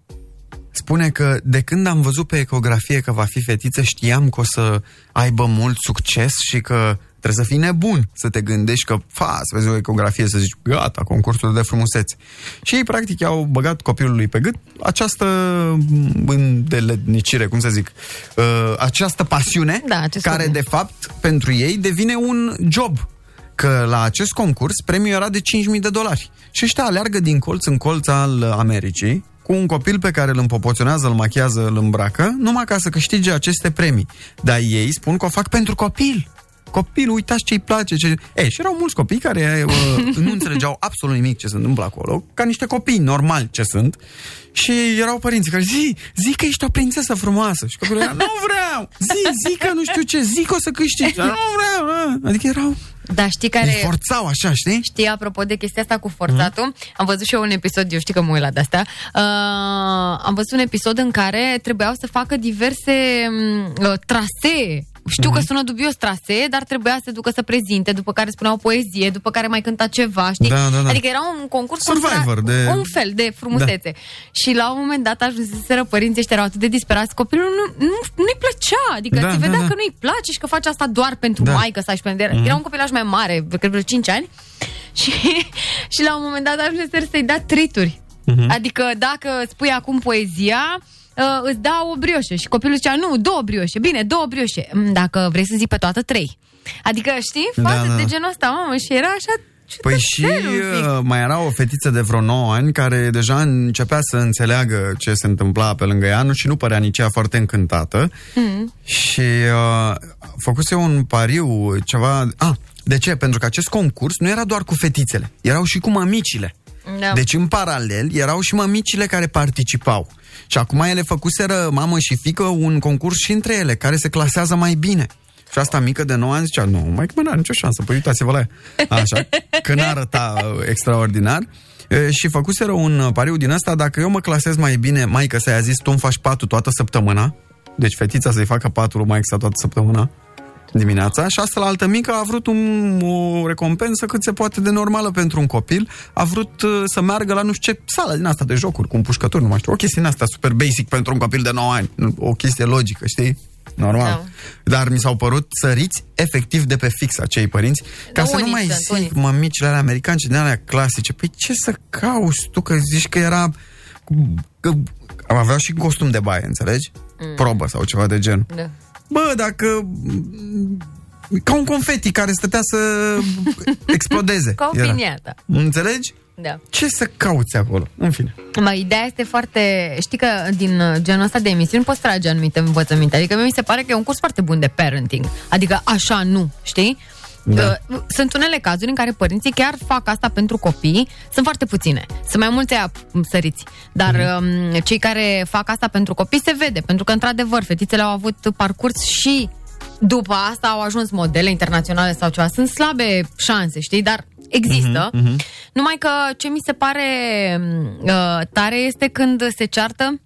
C: spune că de când am văzut pe ecografie că va fi fetiță, știam că o să aibă mult succes și că trebuie să fii nebun să te gândești că, fa, să vezi o ecografie, să zici, gata, concursul de frumusețe. Și ei, practic, au băgat copilului pe gât această îndeletnicire, cum să zic, uh, această pasiune da, care, de fapt, pentru ei devine un job că la acest concurs premiul era de 5.000 de dolari. Și ăștia aleargă din colț în colț al Americii cu un copil pe care îl împopoționează, îl machează, îl îmbracă, numai ca să câștige aceste premii. Dar ei spun că o fac pentru copil. Copil, uitați ce-i place. Ce... Ei, și erau mulți copii care uh, nu înțelegeau absolut nimic ce se întâmplă acolo, ca niște copii normali ce sunt. Și erau părinții care zi, zi că ești o prințesă frumoasă. Și copilul era, nu vreau! Zi, zi că nu știu ce, zi că o să câștigi. Dar Nu vreau! ah." Adică erau
D: Da, știi care...
C: îi forțau așa, știi?
D: Știi, apropo de chestia asta cu forțatul,
C: Mhm.
D: mm-hmm. am văzut și eu un episod, eu știu că mă uit la de-astea, uh, am văzut un episod în care trebuiau să facă diverse m, uh, trasee. Știu
C: Mhm.
D: mm-hmm. că sună dubios trasee, dar trebuia să se ducă să prezinte, după care spunea o poezie, după care mai cânta ceva, știi?
C: Da, da, da.
D: Adică era un concurs
C: Survivor
D: contra-
C: de-
D: un fel de frumusețe. Da. Și la un moment dat ajunseseră părinții ăștia erau atât de disperați, copilul nu, nu, nu-i plăcea, adică
O: Da,
D: se
O: da,
D: vedea
O: da.
D: că nu-i place și că face asta doar pentru
O: Da.
D: da. maică sa și pentru...
O: Mhm.
D: Mm-hmm. Era un copilaj mai mare, cred vreo 5 ani, și, și la un moment dat ajunge să-i da trituri.
O: Mhm.
D: Adică dacă spui acum poezia, uh, îți dau o brioșe. Și copilul zicea, nu, două brioșe. Bine, două brioșe. "Mm, Dacă vrei să zic pe toată, trei. Adică, știi,
O: Da,
D: față
O: da,
D: de
O: da.
D: genul ăsta, mamă, și era așa
C: Păi și uh, mai era o fetiță de vreo 9 ani care deja începea să înțeleagă ce se întâmpla pe lângă ea nu și nu părea nici ea foarte încântată.
P: Mm.
C: Și uh, făcuse un pariu, ceva... Ah, de ce? Pentru că acest concurs nu era doar cu fetițele, erau și cu mămicile.
D: Da.
C: Deci în paralel erau și mămicile care participau. Și acum ele făcuseră mamă și fică un concurs și între ele, care se clasează mai bine. Și asta mică de 9 ani zicea, nu, mai că n-are nicio șansă, păi uitați-vă la ea. Așa, că n-arăta uh, extraordinar. E, Și făcuseră un uh, pariu din ăsta, dacă eu mă clasez mai bine, maică să-i a zis, tu îmi faci patul toată săptămâna, deci fetița să-i facă patul mai sa toată săptămâna, dimineața și asta la altă mică a vrut un, o recompensă cât se poate de normală pentru un copil. A vrut uh, să meargă la nu știu ce sală din asta de jocuri, cu un pușcături, nu mai știu. O chestie din asta super basic pentru un copil de 9 ani. Nu- O chestie logică, știi? Normal. Dar mi s-au părut săriți efectiv de pe fix acei părinți. Ca
P: Da,
C: să nu
P: unii
C: mai
P: sunt,
C: zic, mă, micile alea americane și din alea clasice. Păi ce să cauți tu că zici că era... Că am avea și costum de baie, înțelegi?
P: Mm.
C: Probă sau ceva de genul.
D: Da.
C: Bă, dacă... mm, Ca un confeti care stătea să explodeze.
D: Ca o
C: Era.
D: piniată.
C: Înțelegi?
D: Da.
C: Ce să cauți acolo? În fine.
D: Mai ideea este foarte... Știi că din uh, genul ăsta de emisiuni poți trage anumite învățăminte. Adică mie mi se pare că e un curs foarte bun de parenting. Adică așa nu, știi?
P: Da.
D: Uh, Sunt unele cazuri în care părinții chiar fac asta pentru copii. Sunt foarte puține. Sunt mai mulți aia um, săriți. Dar um, cei care fac asta pentru copii se vede. Pentru că, într-adevăr, fetițele au avut parcurs și după asta au ajuns modele internaționale sau ceva. Sunt slabe șanse, știi? Dar există.
P: Mhm, mhm.
D: Numai că ce mi se pare uh, tare este când se ceartă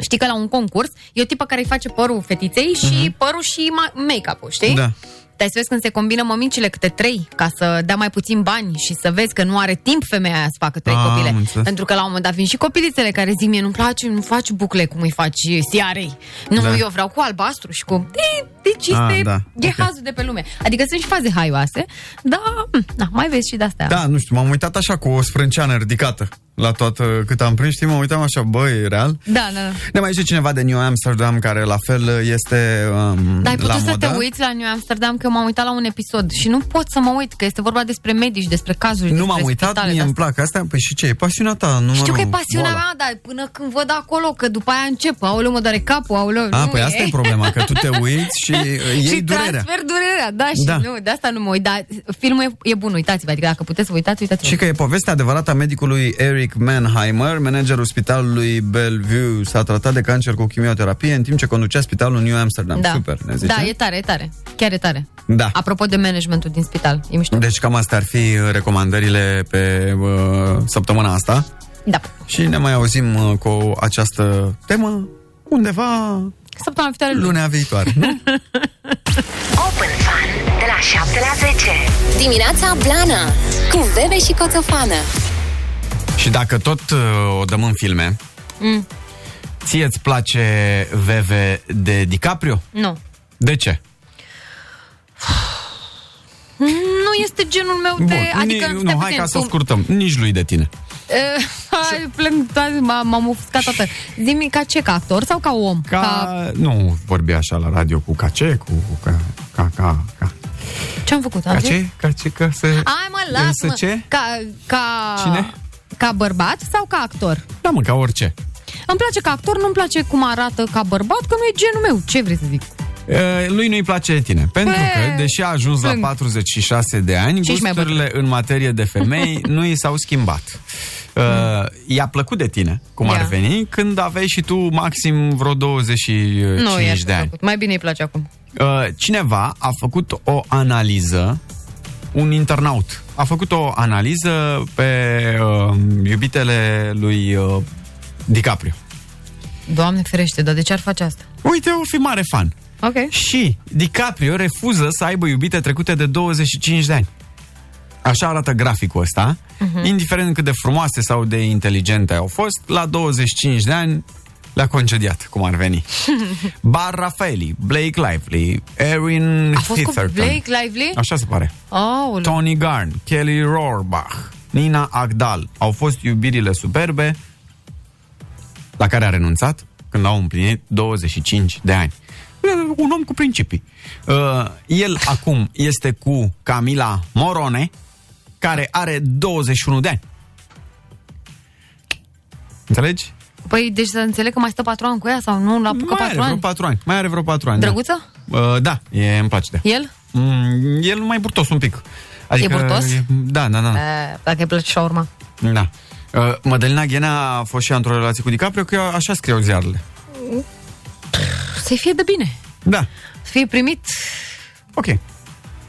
D: Știi că la un concurs e o tipă care îi face părul fetiței și părul și ma- make-up-ul, știi?
P: Mhm. Da.
D: Te să vezi când se combină mămicile câte trei ca să dea mai puțin bani și să vezi că nu are timp femeia aia să facă trei
P: Ah, am
D: copile.
P: înțeles.
D: Pentru că la un moment dat vin și copilițele care zic mie nu-mi place, nu faci bucle cum îi faci siarei. Nu,
P: Da.
D: eu vreau cu albastru și cu... Ei, Deci
C: Ah,
D: este
C: da.
D: da.
C: Ok.
D: ghehazul de pe lume. Adică sunt și faze haioase, dar m, na, mai vezi și de-astea.
C: Da, nu știu, m-am uitat așa cu o sprânceană ridicată la toată cât am prins, știi, mă uitam așa, băi, real.
D: Da, da, da.
C: Ne mai zice cineva de New Amsterdam care la fel este um,
D: Dar ai
C: la
D: putut să
C: moda.
D: te uiți la New Amsterdam că eu m-am uitat la un episod și nu pot să mă uit, că este vorba despre medici, despre cazuri,
C: Nu
D: despre
C: m-am uitat,
D: spitale,
C: mie
D: de
C: îmi plac astea. Păi și ce, e pasiunea ta? Nu
D: Știu că e pasiunea mea, dar până când văd acolo, că după aia încep, aoleu, mă doare capul, aoleu,
C: A,
D: nu
C: păi asta e problema, că tu te uiți și, uh, iei
D: și
C: durerea.
D: transfer durerea, da, și
C: Da.
D: nu, de asta nu mă uit, dar filmul e, e bun, uitați-vă, adică dacă puteți să vă uitați, uitați-vă.
C: Și că e povestea adevărată a medicului Eric Mannheimer, managerul spitalului Bellevue, s-a tratat de cancer cu chimioterapie în timp ce conducea spitalul New Amsterdam.
D: da.
C: Super, ne zice.
D: Da, e tare, e tare, chiar e tare.
C: Da.
D: Apropo de managementul din spital, e mișto.
C: Deci cam astea ar fi recomandările pe uh, săptămâna asta.
D: Da.
C: Și ne mai auzim uh, cu această temă undeva
D: Săptămâna viitoare.
C: lunea viitoare. Nu?
B: Open Fun
A: De la 7 la 10.
B: Dimineața Blana Cu Bebe și Coțofană
C: și dacă tot uh, o dăm în filme,
D: Mm,
C: ție îți place Veve de DiCaprio?
D: nu.
C: De ce?
D: Nu este genul meu de... adică,
C: ni,
D: stai
C: nu, hai
D: puțin,
C: ca să o
D: tu-
C: scurtăm. Nici lui de tine.
D: Eh, Hai, plâng, toate, m-am m-am ofuscat toată. Zi-mi ca ce, ca actor sau ca om? Ca...
C: Ca... Nu vorbi așa la radio cu cace, cu ca, ca, ca, ca.
D: Ce-am făcut? Am zis?
C: Cace? Cace că se...
D: Hai mă, las
C: Să
D: mă.
C: ce?
D: Ca, ca...
C: Cine?
D: Ca bărbat sau ca actor?
C: Da, mă, ca orice.
D: Îmi place ca actor, nu-mi place cum arată ca bărbat, că nu e genul meu. Ce vrei să zic?
C: Uh, lui nu-i place de tine, pentru
D: Păi,
C: că, deși a ajuns la
D: plâng.
C: 46 de ani,
D: Și-și mai
C: gusturile în materie de femei nu i s-au schimbat. Uh, i-a plăcut de tine, cum ar
D: Hmm. Ia.
C: veni, când aveai și tu maxim vreo 25
D: nu e așa
C: de ani.
D: făcut. Mai bine îi place acum.
C: Uh, cineva a făcut o analiză, un internaut, a făcut o analiză pe uh, iubitele lui uh, DiCaprio.
D: Doamne ferește, dar de ce ar face asta?
C: Uite, o fi mare fan.
D: Ok.
C: Și DiCaprio refuză să aibă iubite trecute de 25 de ani. Așa arată graficul ăsta.
D: Mhm.
C: Uh-huh. Indiferent cât de frumoase sau de inteligente au fost, la 25 de ani le-a concediat, cum ar veni. Bar Raffaeli, Blake Lively, Erin
D: A fost cu
C: Fitherton.
D: Blake Lively?
C: Așa se pare.
D: Aoleu.
C: Tony Garn, Kelly Rohrbach, Nina Agdal au fost iubirile superbe la care a renunțat când au împlinit 25 de ani. E Un om cu principii. Uh, el acum este cu Camila Morone, care are 21 de ani. Înțelegi?
D: Păi, deci să înțeleg că mai stă patru ani cu ea sau nu? La apucă
C: mai are
D: patru
C: vreo
D: ani?
C: 4 ani. Mai are vreo 4 ani.
D: Drăguță?
C: Da, uh, da e, îmi place de ea.
D: El?
C: Mm, el mai burtos un pic. Adică,
D: E burtos?
C: da, da, da.
D: E, Dacă îi place șaurma.
C: da. Uh, Madalina Ghena a fost și ea într-o relație cu DiCaprio, că așa scriu ziarele.
D: Pff, Să-i fie de bine.
C: Da.
D: Să fie primit...
C: Ok.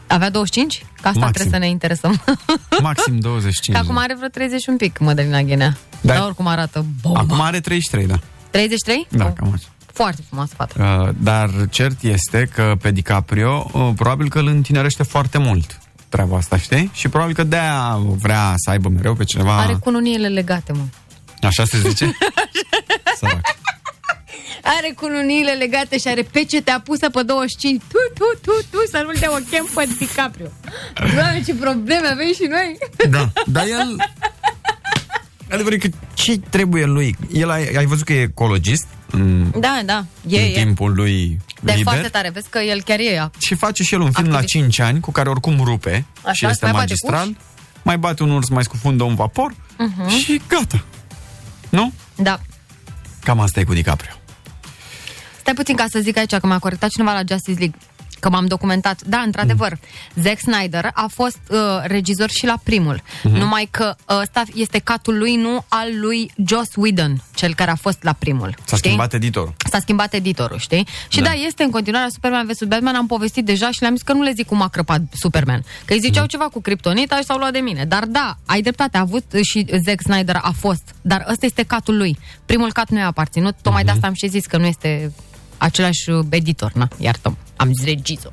D: Avea 25? Că asta
C: Maxim.
D: trebuie să ne interesăm.
C: Maxim 25.
D: Că acum are vreo 30 un pic, Mădălina Ghenea.
C: Da.
D: Da. Dar oricum arată bomba.
C: Acum are 33, da.
D: 33?
C: Da, cam așa.
D: Foarte frumoasă fată.
C: Uh, dar cert este că pe DiCaprio uh, probabil că îl întinerește foarte mult treaba asta, știi? Și probabil că de-aia vrea să aibă mereu pe cineva...
D: Are cununiile legate, mă.
C: Așa se zice?
D: Are cununiile legate și are pecetea pusă pe 25. Tu, tu, tu, tu, să nu-l dea o chem pe DiCaprio. Doamne, ce probleme avem și noi.
C: Da, dar el... Adevărul e că ce trebuie lui? El, ai, ai văzut că e ecologist în,
D: Da, da, e,
C: în
D: e.
C: timpul lui
D: Dar e
C: liber.
D: foarte tare, vezi că el chiar e ac-
C: Și face și el un film
D: Activist.
C: la 5 ani, cu care oricum rupe
D: Așa,
C: și este
D: mai bate
C: magistral.
D: cuși.
C: mai bate un urs, mai scufundă un vapor
D: Mhm.
C: și gata. Nu?
D: Da.
C: Cam asta e cu DiCaprio.
D: Stai puțin ca să zic aici că m-a corectat cineva la Justice League că m-am documentat. Da, într-adevăr,
C: Mm.
D: Zack Snyder a fost uh, regizor și la primul.
Q: Mhm.
D: Numai că uh, ăsta este catul lui, nu al lui Joss Whedon, cel care a fost la primul.
C: S-a schimbat editorul.
D: S-a schimbat editorul, știi? Și da,
C: Da.
D: da este în continuare Superman vs. Batman, am povestit deja și le-am zis că nu le zic cum a crăpat Superman. Că îi ziceau ceva cu kriptonita și s-au luat de mine. Dar da, ai dreptate, a avut și Zack Snyder a fost, dar ăsta este catul lui. Primul cat nu i-a aparținut, tocmai de asta am și zis că nu este același uh, editor, na, iartă am zis regizor.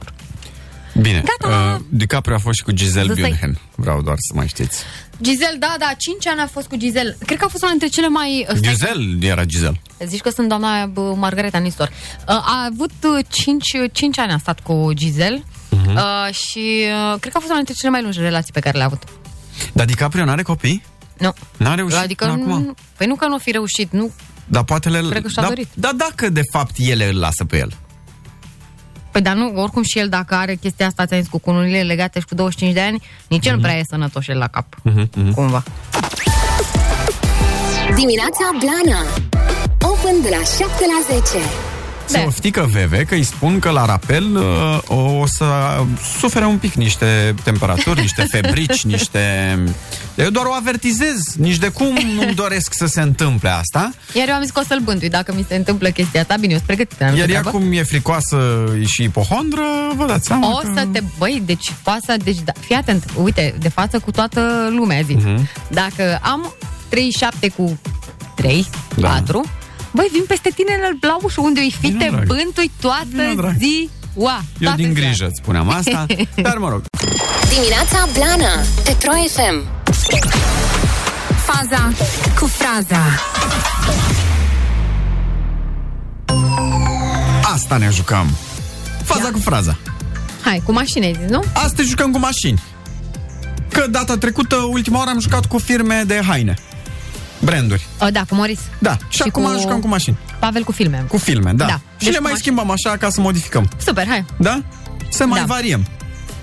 C: Bine. Gata. Uh, DiCaprio a fost și cu Giselle
D: Zăsăi.
C: Bündchen. Vreau doar să mai știți.
D: Gizel, da, da, 5 ani a fost cu Gizel. Cred că a fost una dintre cele mai... uh, stai,
C: Giselle era Giselle.
D: Zici că sunt doamna bă, Margareta Nistor. Uh, A avut uh, 5, 5 ani a stat cu Gizel
C: Mhm.
D: uh-huh. și uh, cred că a fost una dintre cele mai lungi relații pe care le-a avut.
C: Dar DiCaprio n-are copii?
D: Nu.
C: N-a reușit
D: adică,
C: până acum?
D: nu, păi nu că nu fi reușit, nu.
C: Dar poate le...
D: Cred că și-a
C: da,
D: dorit.
C: da, dacă de fapt ele îl lasă pe el.
D: Păi dar nu, oricum și el dacă are chestia asta, ți-am zis, cu cununile legate și cu 25 de ani, nici
C: Mhm.
D: el nu prea e sănătos el la cap. Cumva.
B: Dimineața Blana Open de la 7 la 10
C: Da. Softică Veve că îi spun că la rapel uh, o să sufere un pic niște temperaturi, niște febrici, niște... Eu doar o avertizez, nici de cum nu-mi doresc să se întâmple asta.
D: Iar eu am zis că o să-l bântui dacă mi se întâmplă chestia ta. Bine, eu sunt pregătită. n-am
C: Iar
D: nicio
C: ea
D: treabă.
C: cum e fricoasă și ipohondră, vă dați seama
D: O
C: că...
D: să te... Băi, deci fața... Deci, da, fii atent. Uite, de față cu toată lumea, zic.
C: Mhm.
D: Dacă am 37 cu 3,
Q: Da.
D: da. 4, băi, vin peste tine în blaușul unde îi fite
C: drag.
D: bântui toată ziua.
C: Eu din grijă îți spuneam asta, dar mă rog.
B: Dimineața Blana Pe Pro FM Faza cu fraza
C: Asta ne jucăm. Faza cu fraza.
D: Hai, cu mașina ai zis, nu?
C: Astăzi jucăm cu mașini. Că data trecută, ultima oară, am jucat cu firme de haine. Branduri.
D: O, da, cu Moris.
C: Da, și, acum
D: cu-
C: jucăm cu mașini.
D: Pavel cu filme.
C: Cu filme, da.
D: Da,
C: da. Și
D: deci
C: le mai
D: cu mașini.
C: schimbăm așa ca să modificăm.
D: Super, hai.
C: Da? Să mai
D: Da.
C: variem.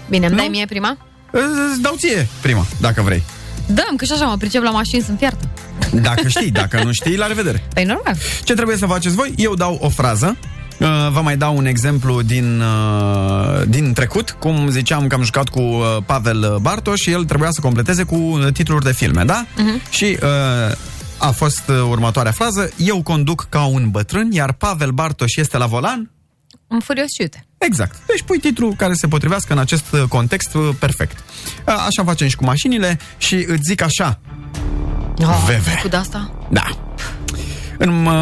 D: Bine, îmi dai mie prima?
C: Î- Îți dau ție prima, dacă vrei.
D: Dăm, că și așa mă pricep la mașini, sunt fiartă.
C: Dacă știi, dacă nu știi, la revedere.
D: Păi normal.
C: Ce trebuie să faceți voi? Eu dau o frază. Uh, Vă mai dau un exemplu din, uh, din trecut, cum ziceam că am jucat cu uh, Pavel Bartos și el trebuia să completeze cu uh, titluri de filme, da?
D: Mhm.
C: Uh-huh. Și uh, a fost uh, următoarea frază, eu conduc ca un bătrân, iar Pavel Bartos este la volan.
D: Îmi furios și uite.
C: Exact. Deci pui titlul care se potrivească în acest uh, context uh, perfect. A, Așa facem și cu mașinile și îți zic așa. Veve.
D: Cu de asta?
C: Da. În, uh,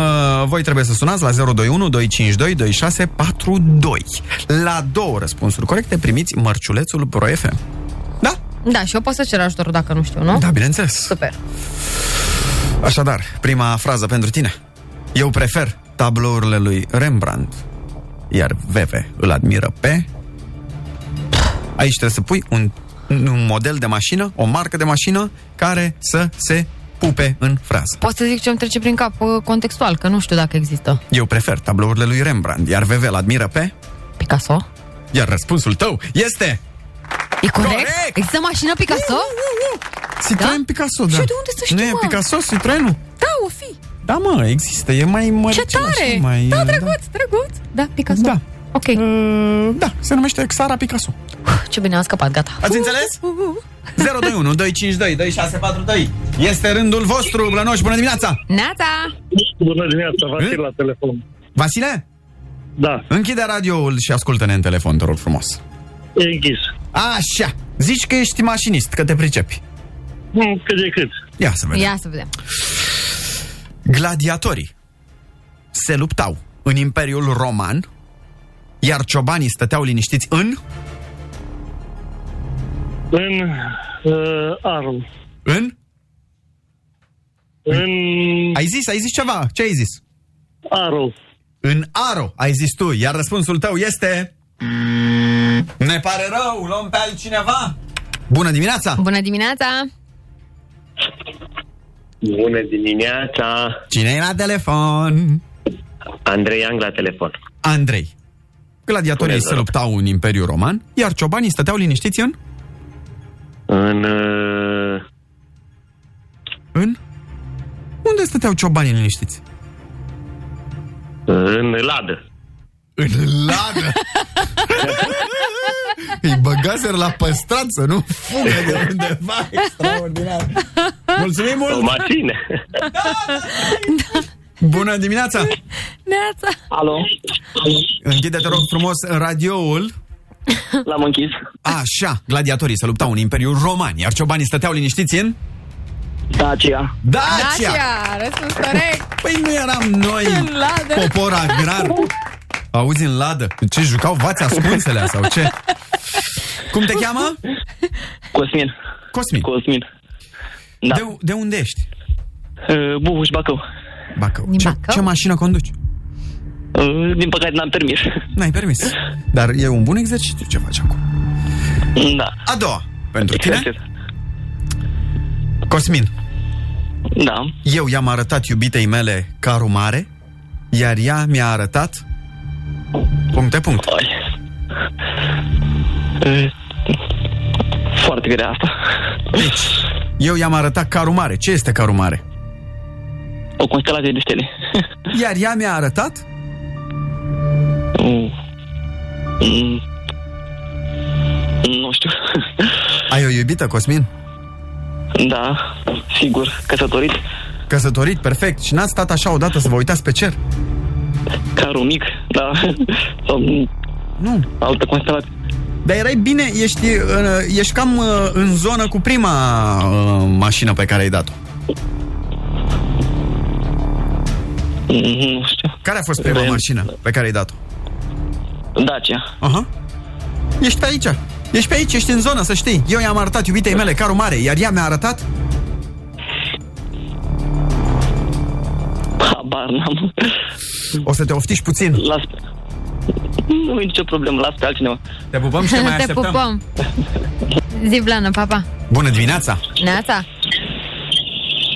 C: voi trebuie să sunați la 021 252 2642. La două răspunsuri corecte primiți mărciulețul Pro FM. Da?
D: Da, și eu pot să cer ajutorul dacă nu știu, nu?
C: Da, bineînțeles.
D: Super.
C: Așadar, prima frază pentru tine. Eu prefer tablourile lui Rembrandt, iar Veve îl admiră pe... Aici trebuie să pui un, un model de mașină, o marcă de mașină care să se pupe în frază.
D: Pot să zic ce îmi trece prin cap uh, contextual, că nu știu dacă există.
C: Eu prefer tablourile lui Rembrandt, iar Veve îl admiră pe...
D: Picasso.
C: Iar răspunsul tău este...
R: Da,
D: E corect? corect? Există mașină Picasso?
C: Citroen da? Picasso, da.
R: Și eu de unde să știu,
C: Nu e
R: mă?
C: Picasso, Citroenul?
R: Da, o fi.
C: Da, mă, există, e mai mare.
R: Ce tare!
C: Mai,
R: da, drăguț, drăguț. Da, Picasso. Da. Ok. Uh,
C: da, se numește Xara Picasso.
D: Ce bine am scăpat, gata.
C: Ați înțeles? 021 252 2642 Este rândul vostru, Blănoș, bună dimineața!
D: Neața!
E: Bună dimineața, Vasile la telefon.
C: Vasile?
E: Da.
C: Închide radioul și ascultă-ne în telefon, te rog frumos.
E: E închis.
C: Așa, zici că ești mașinist, că te pricepi.
E: Cât de cât.
C: Ia să vedem.
D: Ia să vedem.
C: Gladiatorii se luptau în Imperiul Roman, iar ciobanii stăteau liniștiți în...
E: În uh, Arul.
C: În?
E: În...
C: Ai zis, ai zis ceva. Ce ai zis?
E: Aro.
C: În Aro, ai zis tu, iar răspunsul tău este... Ne pare rău, luăm pe altcineva. Bună dimineața!
D: Bună dimineața!
L: Bună dimineața!
C: Cine e la telefon?
L: Andrei Ang la telefon.
C: Andrei. Gladiatorii
L: Bună,
C: se luptau în Imperiul Roman, iar ciobanii stăteau liniștiți în...
L: În... uh,
C: În? Unde stăteau ciobanii liniștiți?
L: În ladă.
C: În ladă? Îi băgaseră la păstranță, nu? Fugă de undeva extraordinar. Mulțumim mult!
L: O mașină.
C: Bună dimineața!
D: Neața!
L: Alo?
C: Închide, te rog frumos, radioul.
L: L-am închis.
C: Așa, gladiatorii se luptau în Imperiul Roman, iar ciobanii stăteau liniștiți în...
L: Da, Dacia.
C: Dacia!
D: răspuns corect.
C: Păi nu eram noi,
D: În ladă.
C: popor agrar. Auzi în ladă. Ce, jucau vați ascunsele sau ce? Cum te cheamă?
L: Cosmin.
C: Cosmin.
L: Cosmin. Da.
C: De, de unde ești?
L: Buhuș Uh, Bacău.
C: Bacău. Ce, ce mașină conduci?
L: Uh, Din păcate n-am permis.
C: N-ai permis. Dar e un bun exercițiu ce faci acum.
L: Da.
C: A doua. Pentru tine? Cosmin.
L: Da.
C: Eu i-am arătat iubitei mele carul mare, iar ea mi-a arătat... Puncte, puncte.
L: Foarte grea asta.
C: Deci, eu i-am arătat carul mare. Ce este carul mare?
L: O constelație de stele.
C: Iar ea mi-a arătat...
L: Uh, mm, Nu știu.
C: Ai o iubită, Cosmin?
L: Da, sigur. Căsătorit.
C: Căsătorit, perfect. Și n-ați stat așa odată să vă uitați pe cer?
L: Carul mic. Da. Sau... mm,
C: Nu.
L: Altă constelație.
C: Dar erai bine, ești, uh, ești cam uh, în zonă cu prima uh, mașină pe care ai dat-o.
L: Mm, Nu știu.
C: Care a fost prima
L: Rem-
C: mașină pe care ai dat-o?
L: Dacia.
C: Aha. Ești pe aici. Ești pe aici, ești în zonă, să știi. Eu i-am arătat iubitei mele carul mare, iar ea mi-a arătat...
L: Habar n-am.
C: O să te oftiști puțin.
L: Las Nu e nicio problemă, las pe altcineva.
C: Te pupăm
D: Te pupăm. Zi, Blană, papa.
C: Bună dimineața!
D: Neața.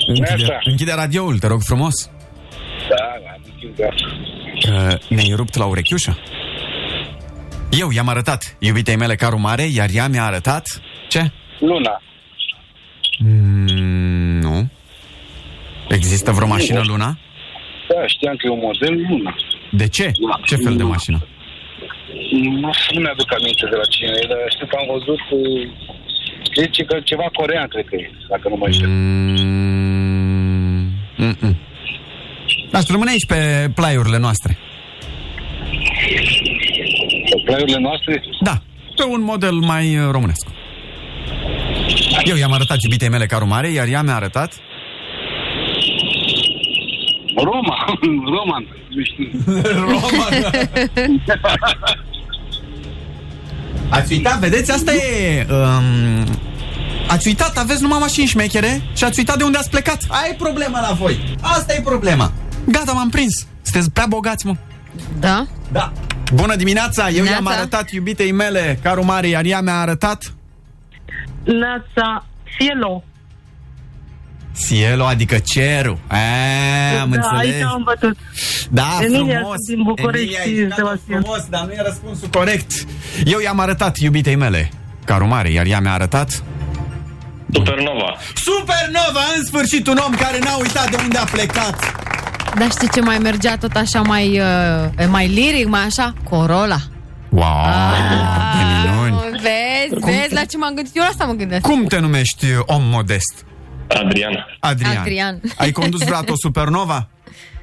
C: Închide, închide radioul, te rog frumos.
S: Da, am zis da.
C: Că ne-ai rupt la urechiușă. Eu i-am arătat iubitei mele carul mare, iar ea mi-a arătat... Ce?
S: Luna.
C: Mm, nu. Există vreo mașină Luna?
S: Da, știam că e un model Luna.
C: De ce? Ce fel de mașină?
S: Nu, nu mi-aduc aminte de la cine e, dar știu că am văzut uh, zice că ceva corean, cred că e, dacă nu mă
L: Mm.
S: înșel.
C: Mm, Mm-mm. Dar mm, rămâne aici pe plaiurile noastre.
S: Pe plaiurile noastre?
C: Da, pe un model mai uh, românesc. Eu i-am arătat iubitei mele carul mare, iar ea mi-a arătat...
S: Roma, Roman, nu știu.
C: Ați uitat, vedeți, asta e... Um, ați uitat, aveți numai mașini șmechere și ați uitat de unde ați plecat. Ai problema la voi. Asta e problema. Gata, m-am prins. Sunteți prea bogați, mă.
D: Da?
C: Da. Bună dimineața, eu i-am
D: Neața.
C: arătat iubitei mele carul mare, iar ea mi-a arătat...
T: Nața Cielo.
C: Cielo, adică cerul. E, am
T: da,
C: înțeles.
T: aici am bătut.
C: Da,
T: Emilia,
C: frumos.
T: sunt din București
C: Emilia,
T: și
C: ai dat-o
T: Sebastian.
C: frumos, dar nu e răspunsul corect. Eu i-am arătat iubitei mele carul mare, iar ea mi-a arătat...
L: Supernova.
C: Supernova, în sfârșit un om care n-a uitat de unde a plecat.
D: Dar știi ce mai mergea tot așa mai, uh, mai liric, mai așa? Corolla.
C: Wow, de minuni.
D: Vezi,
C: Cum-
D: vezi la ce m-am gândit? Eu la asta mă gândesc.
C: Cum te numești uh, om modest?
L: Adriana.
C: Adrian.
D: Adrian.
C: Ai condus vreodată o supernova?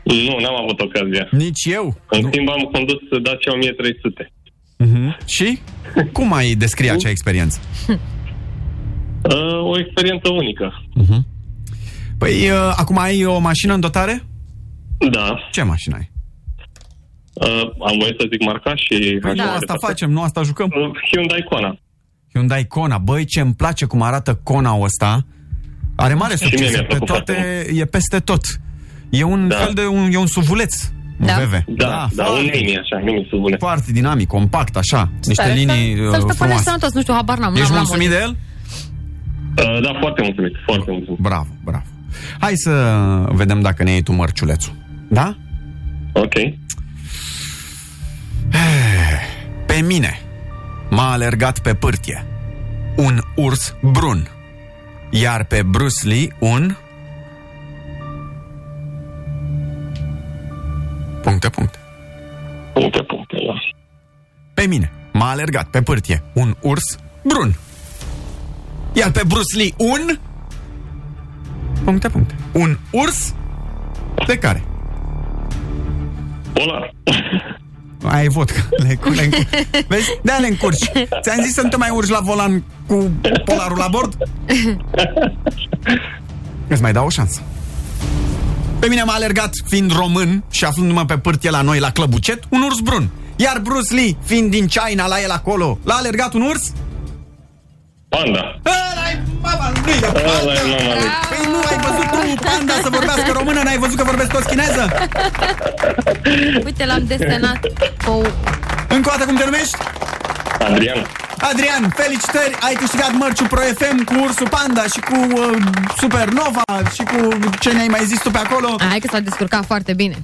L: Nu, n-am avut ocazia.
C: Nici eu.
L: În schimb am condus Dacia 1300.
C: Mhm. Și? Cum ai descrie acea experiență?
L: Uh, o experiență unică.
C: Păi, uh, acum ai o mașină în dotare?
L: Da.
C: Ce mașină ai?
L: Uh, am voie să zic marca și...
C: Păi
L: așa
C: da,
L: mai
C: asta
L: departe.
C: facem, nu asta jucăm.
L: Hyundai Kona.
C: Hyundai Kona. Băi, ce îmi place cum arată Kona ăsta. Are mare
L: Și mie
C: succes.
L: mi-a
C: Pe
L: plăcut
C: toate, e peste tot. E un da.
L: Da.
C: fel de un, e un suvuleț. Un
L: Da.
C: VV.
L: Da, da, un mini așa, mini suvuleț.
C: Foarte dinamic, compact, așa. Niște
D: Tare,
C: linii uh,
D: să- Să-l stăpânești
C: frumoase.
D: sănătos, nu știu, habar n-am.
C: Ești
D: n-am la
C: mulțumit de
D: modă.
C: el?
L: Uh, da, foarte mulțumit, foarte mulțumit.
C: Bravo, bravo. Hai să vedem dacă ne iei tu mărciulețul. Da?
L: Ok.
C: Pe mine m-a alergat pe pârtie un urs brun, iar pe Bruce Lee un... Puncte, puncte.
L: Puncte, puncte, da.
C: Pe mine m-a alergat pe pârtie un urs brun, iar pe Bruce Lee un... Puncte, puncte. Un urs de care?
L: Polar.
C: Ai vodka. Le, le, încur- Vezi? de le încurci. Ți-am zis să nu te mai urci la volan cu polarul la bord? Îți mai dau o șansă. Pe mine m-a alergat, fiind român și aflându-mă pe pârtie la noi, la Clăbucet, un urs brun. Iar Bruce Lee, fiind din China, la el acolo, l-a alergat un urs?
L: Panda.
C: Ăla-i mama lui, da, panda!
L: Ăla-i mama lui.
C: Păi nu ai văzut tu panda să vorbească română, n-ai văzut că vorbesc toți chineză?
D: Uite, l-am desenat. Oh.
C: Încă o dată cum te numești?
L: Adrian.
C: Adrian, felicitări! Ai câștigat mărciul Pro FM cu Ursul Panda și cu uh, Supernova și cu ce ne-ai mai zis tu pe acolo.
D: Hai că s-a descurcat foarte bine.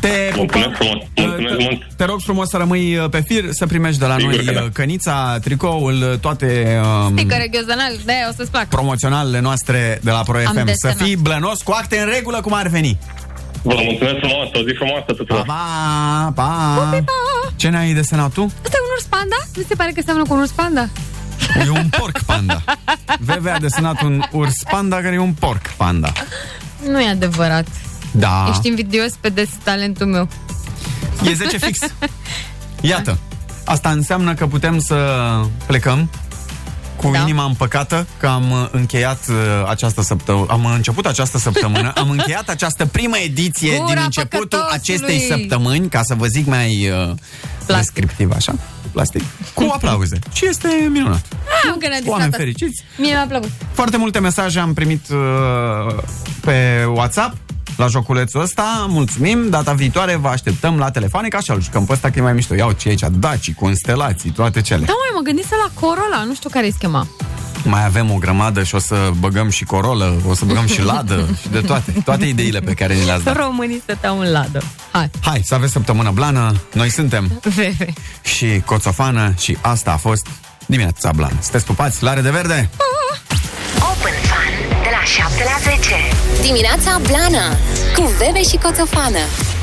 C: Te
L: Mulțumesc frumos. Mulțumesc mult.
C: Te rog frumos să rămâi uh, pe fir, să primești de la
L: Sigur
C: noi
L: că da.
C: uh, cănița, tricoul, uh, toate um,
D: Știi că reghioznal, de o să-ți placă.
C: promoționalele noastre de la Pro
D: Am
C: FM. Să
D: desenat.
C: fii blănos cu acte în regulă cum ar veni.
L: Vă mulțumesc frumos, o zi frumoasă tuturor.
C: Pa, pa!
D: Pupi, pa!
C: Ce ne-ai desenat tu?
D: Asta e un urs panda? Mi se pare că seamănă cu un urs panda.
C: E un porc panda. VV a desenat un urs panda care e un porc panda.
D: Nu e adevărat.
C: Da.
D: Ești invidios pe des talentul meu.
C: E 10 fix. Iată. Asta înseamnă că putem să plecăm cu da. inima împăcată că am uh, încheiat uh, această săptămână, am început această săptămână, am încheiat această primă ediție
D: Gura
C: din începutul
D: păcătosului!
C: acestei săptămâni, ca să vă zic mai uh, descriptiv așa, plastic, cu aplauze. Și este minunat.
D: Nu că ne-a distrat
C: Ah, Oameni
D: asta.
C: fericiți.
D: Mie mi-a plăcut.
C: Foarte multe mesaje am primit uh, pe WhatsApp la joculețul ăsta. Mulțumim. Data viitoare vă așteptăm la telefoane ca așa îl jucăm pe ăsta că e mai mișto. Iau ce e aici, Daci, constelații, toate cele.
D: Da, mai mă gândesc la Corolla, nu știu care e schema.
C: Mai avem o grămadă și o să băgăm și corolă, o să băgăm și ladă și de toate. Toate ideile pe care ni le-ați dat.
D: Românii stăteau în ladă. Hai.
C: Hai, să aveți săptămână blană. Noi suntem
D: Veve.
C: și Coțofană și asta a fost dimineața blană. Sunteți pupați, lare de verde!
A: Open Fun de la 7 la 10.
B: Dimineața Blana Cu Bebe și Coțofană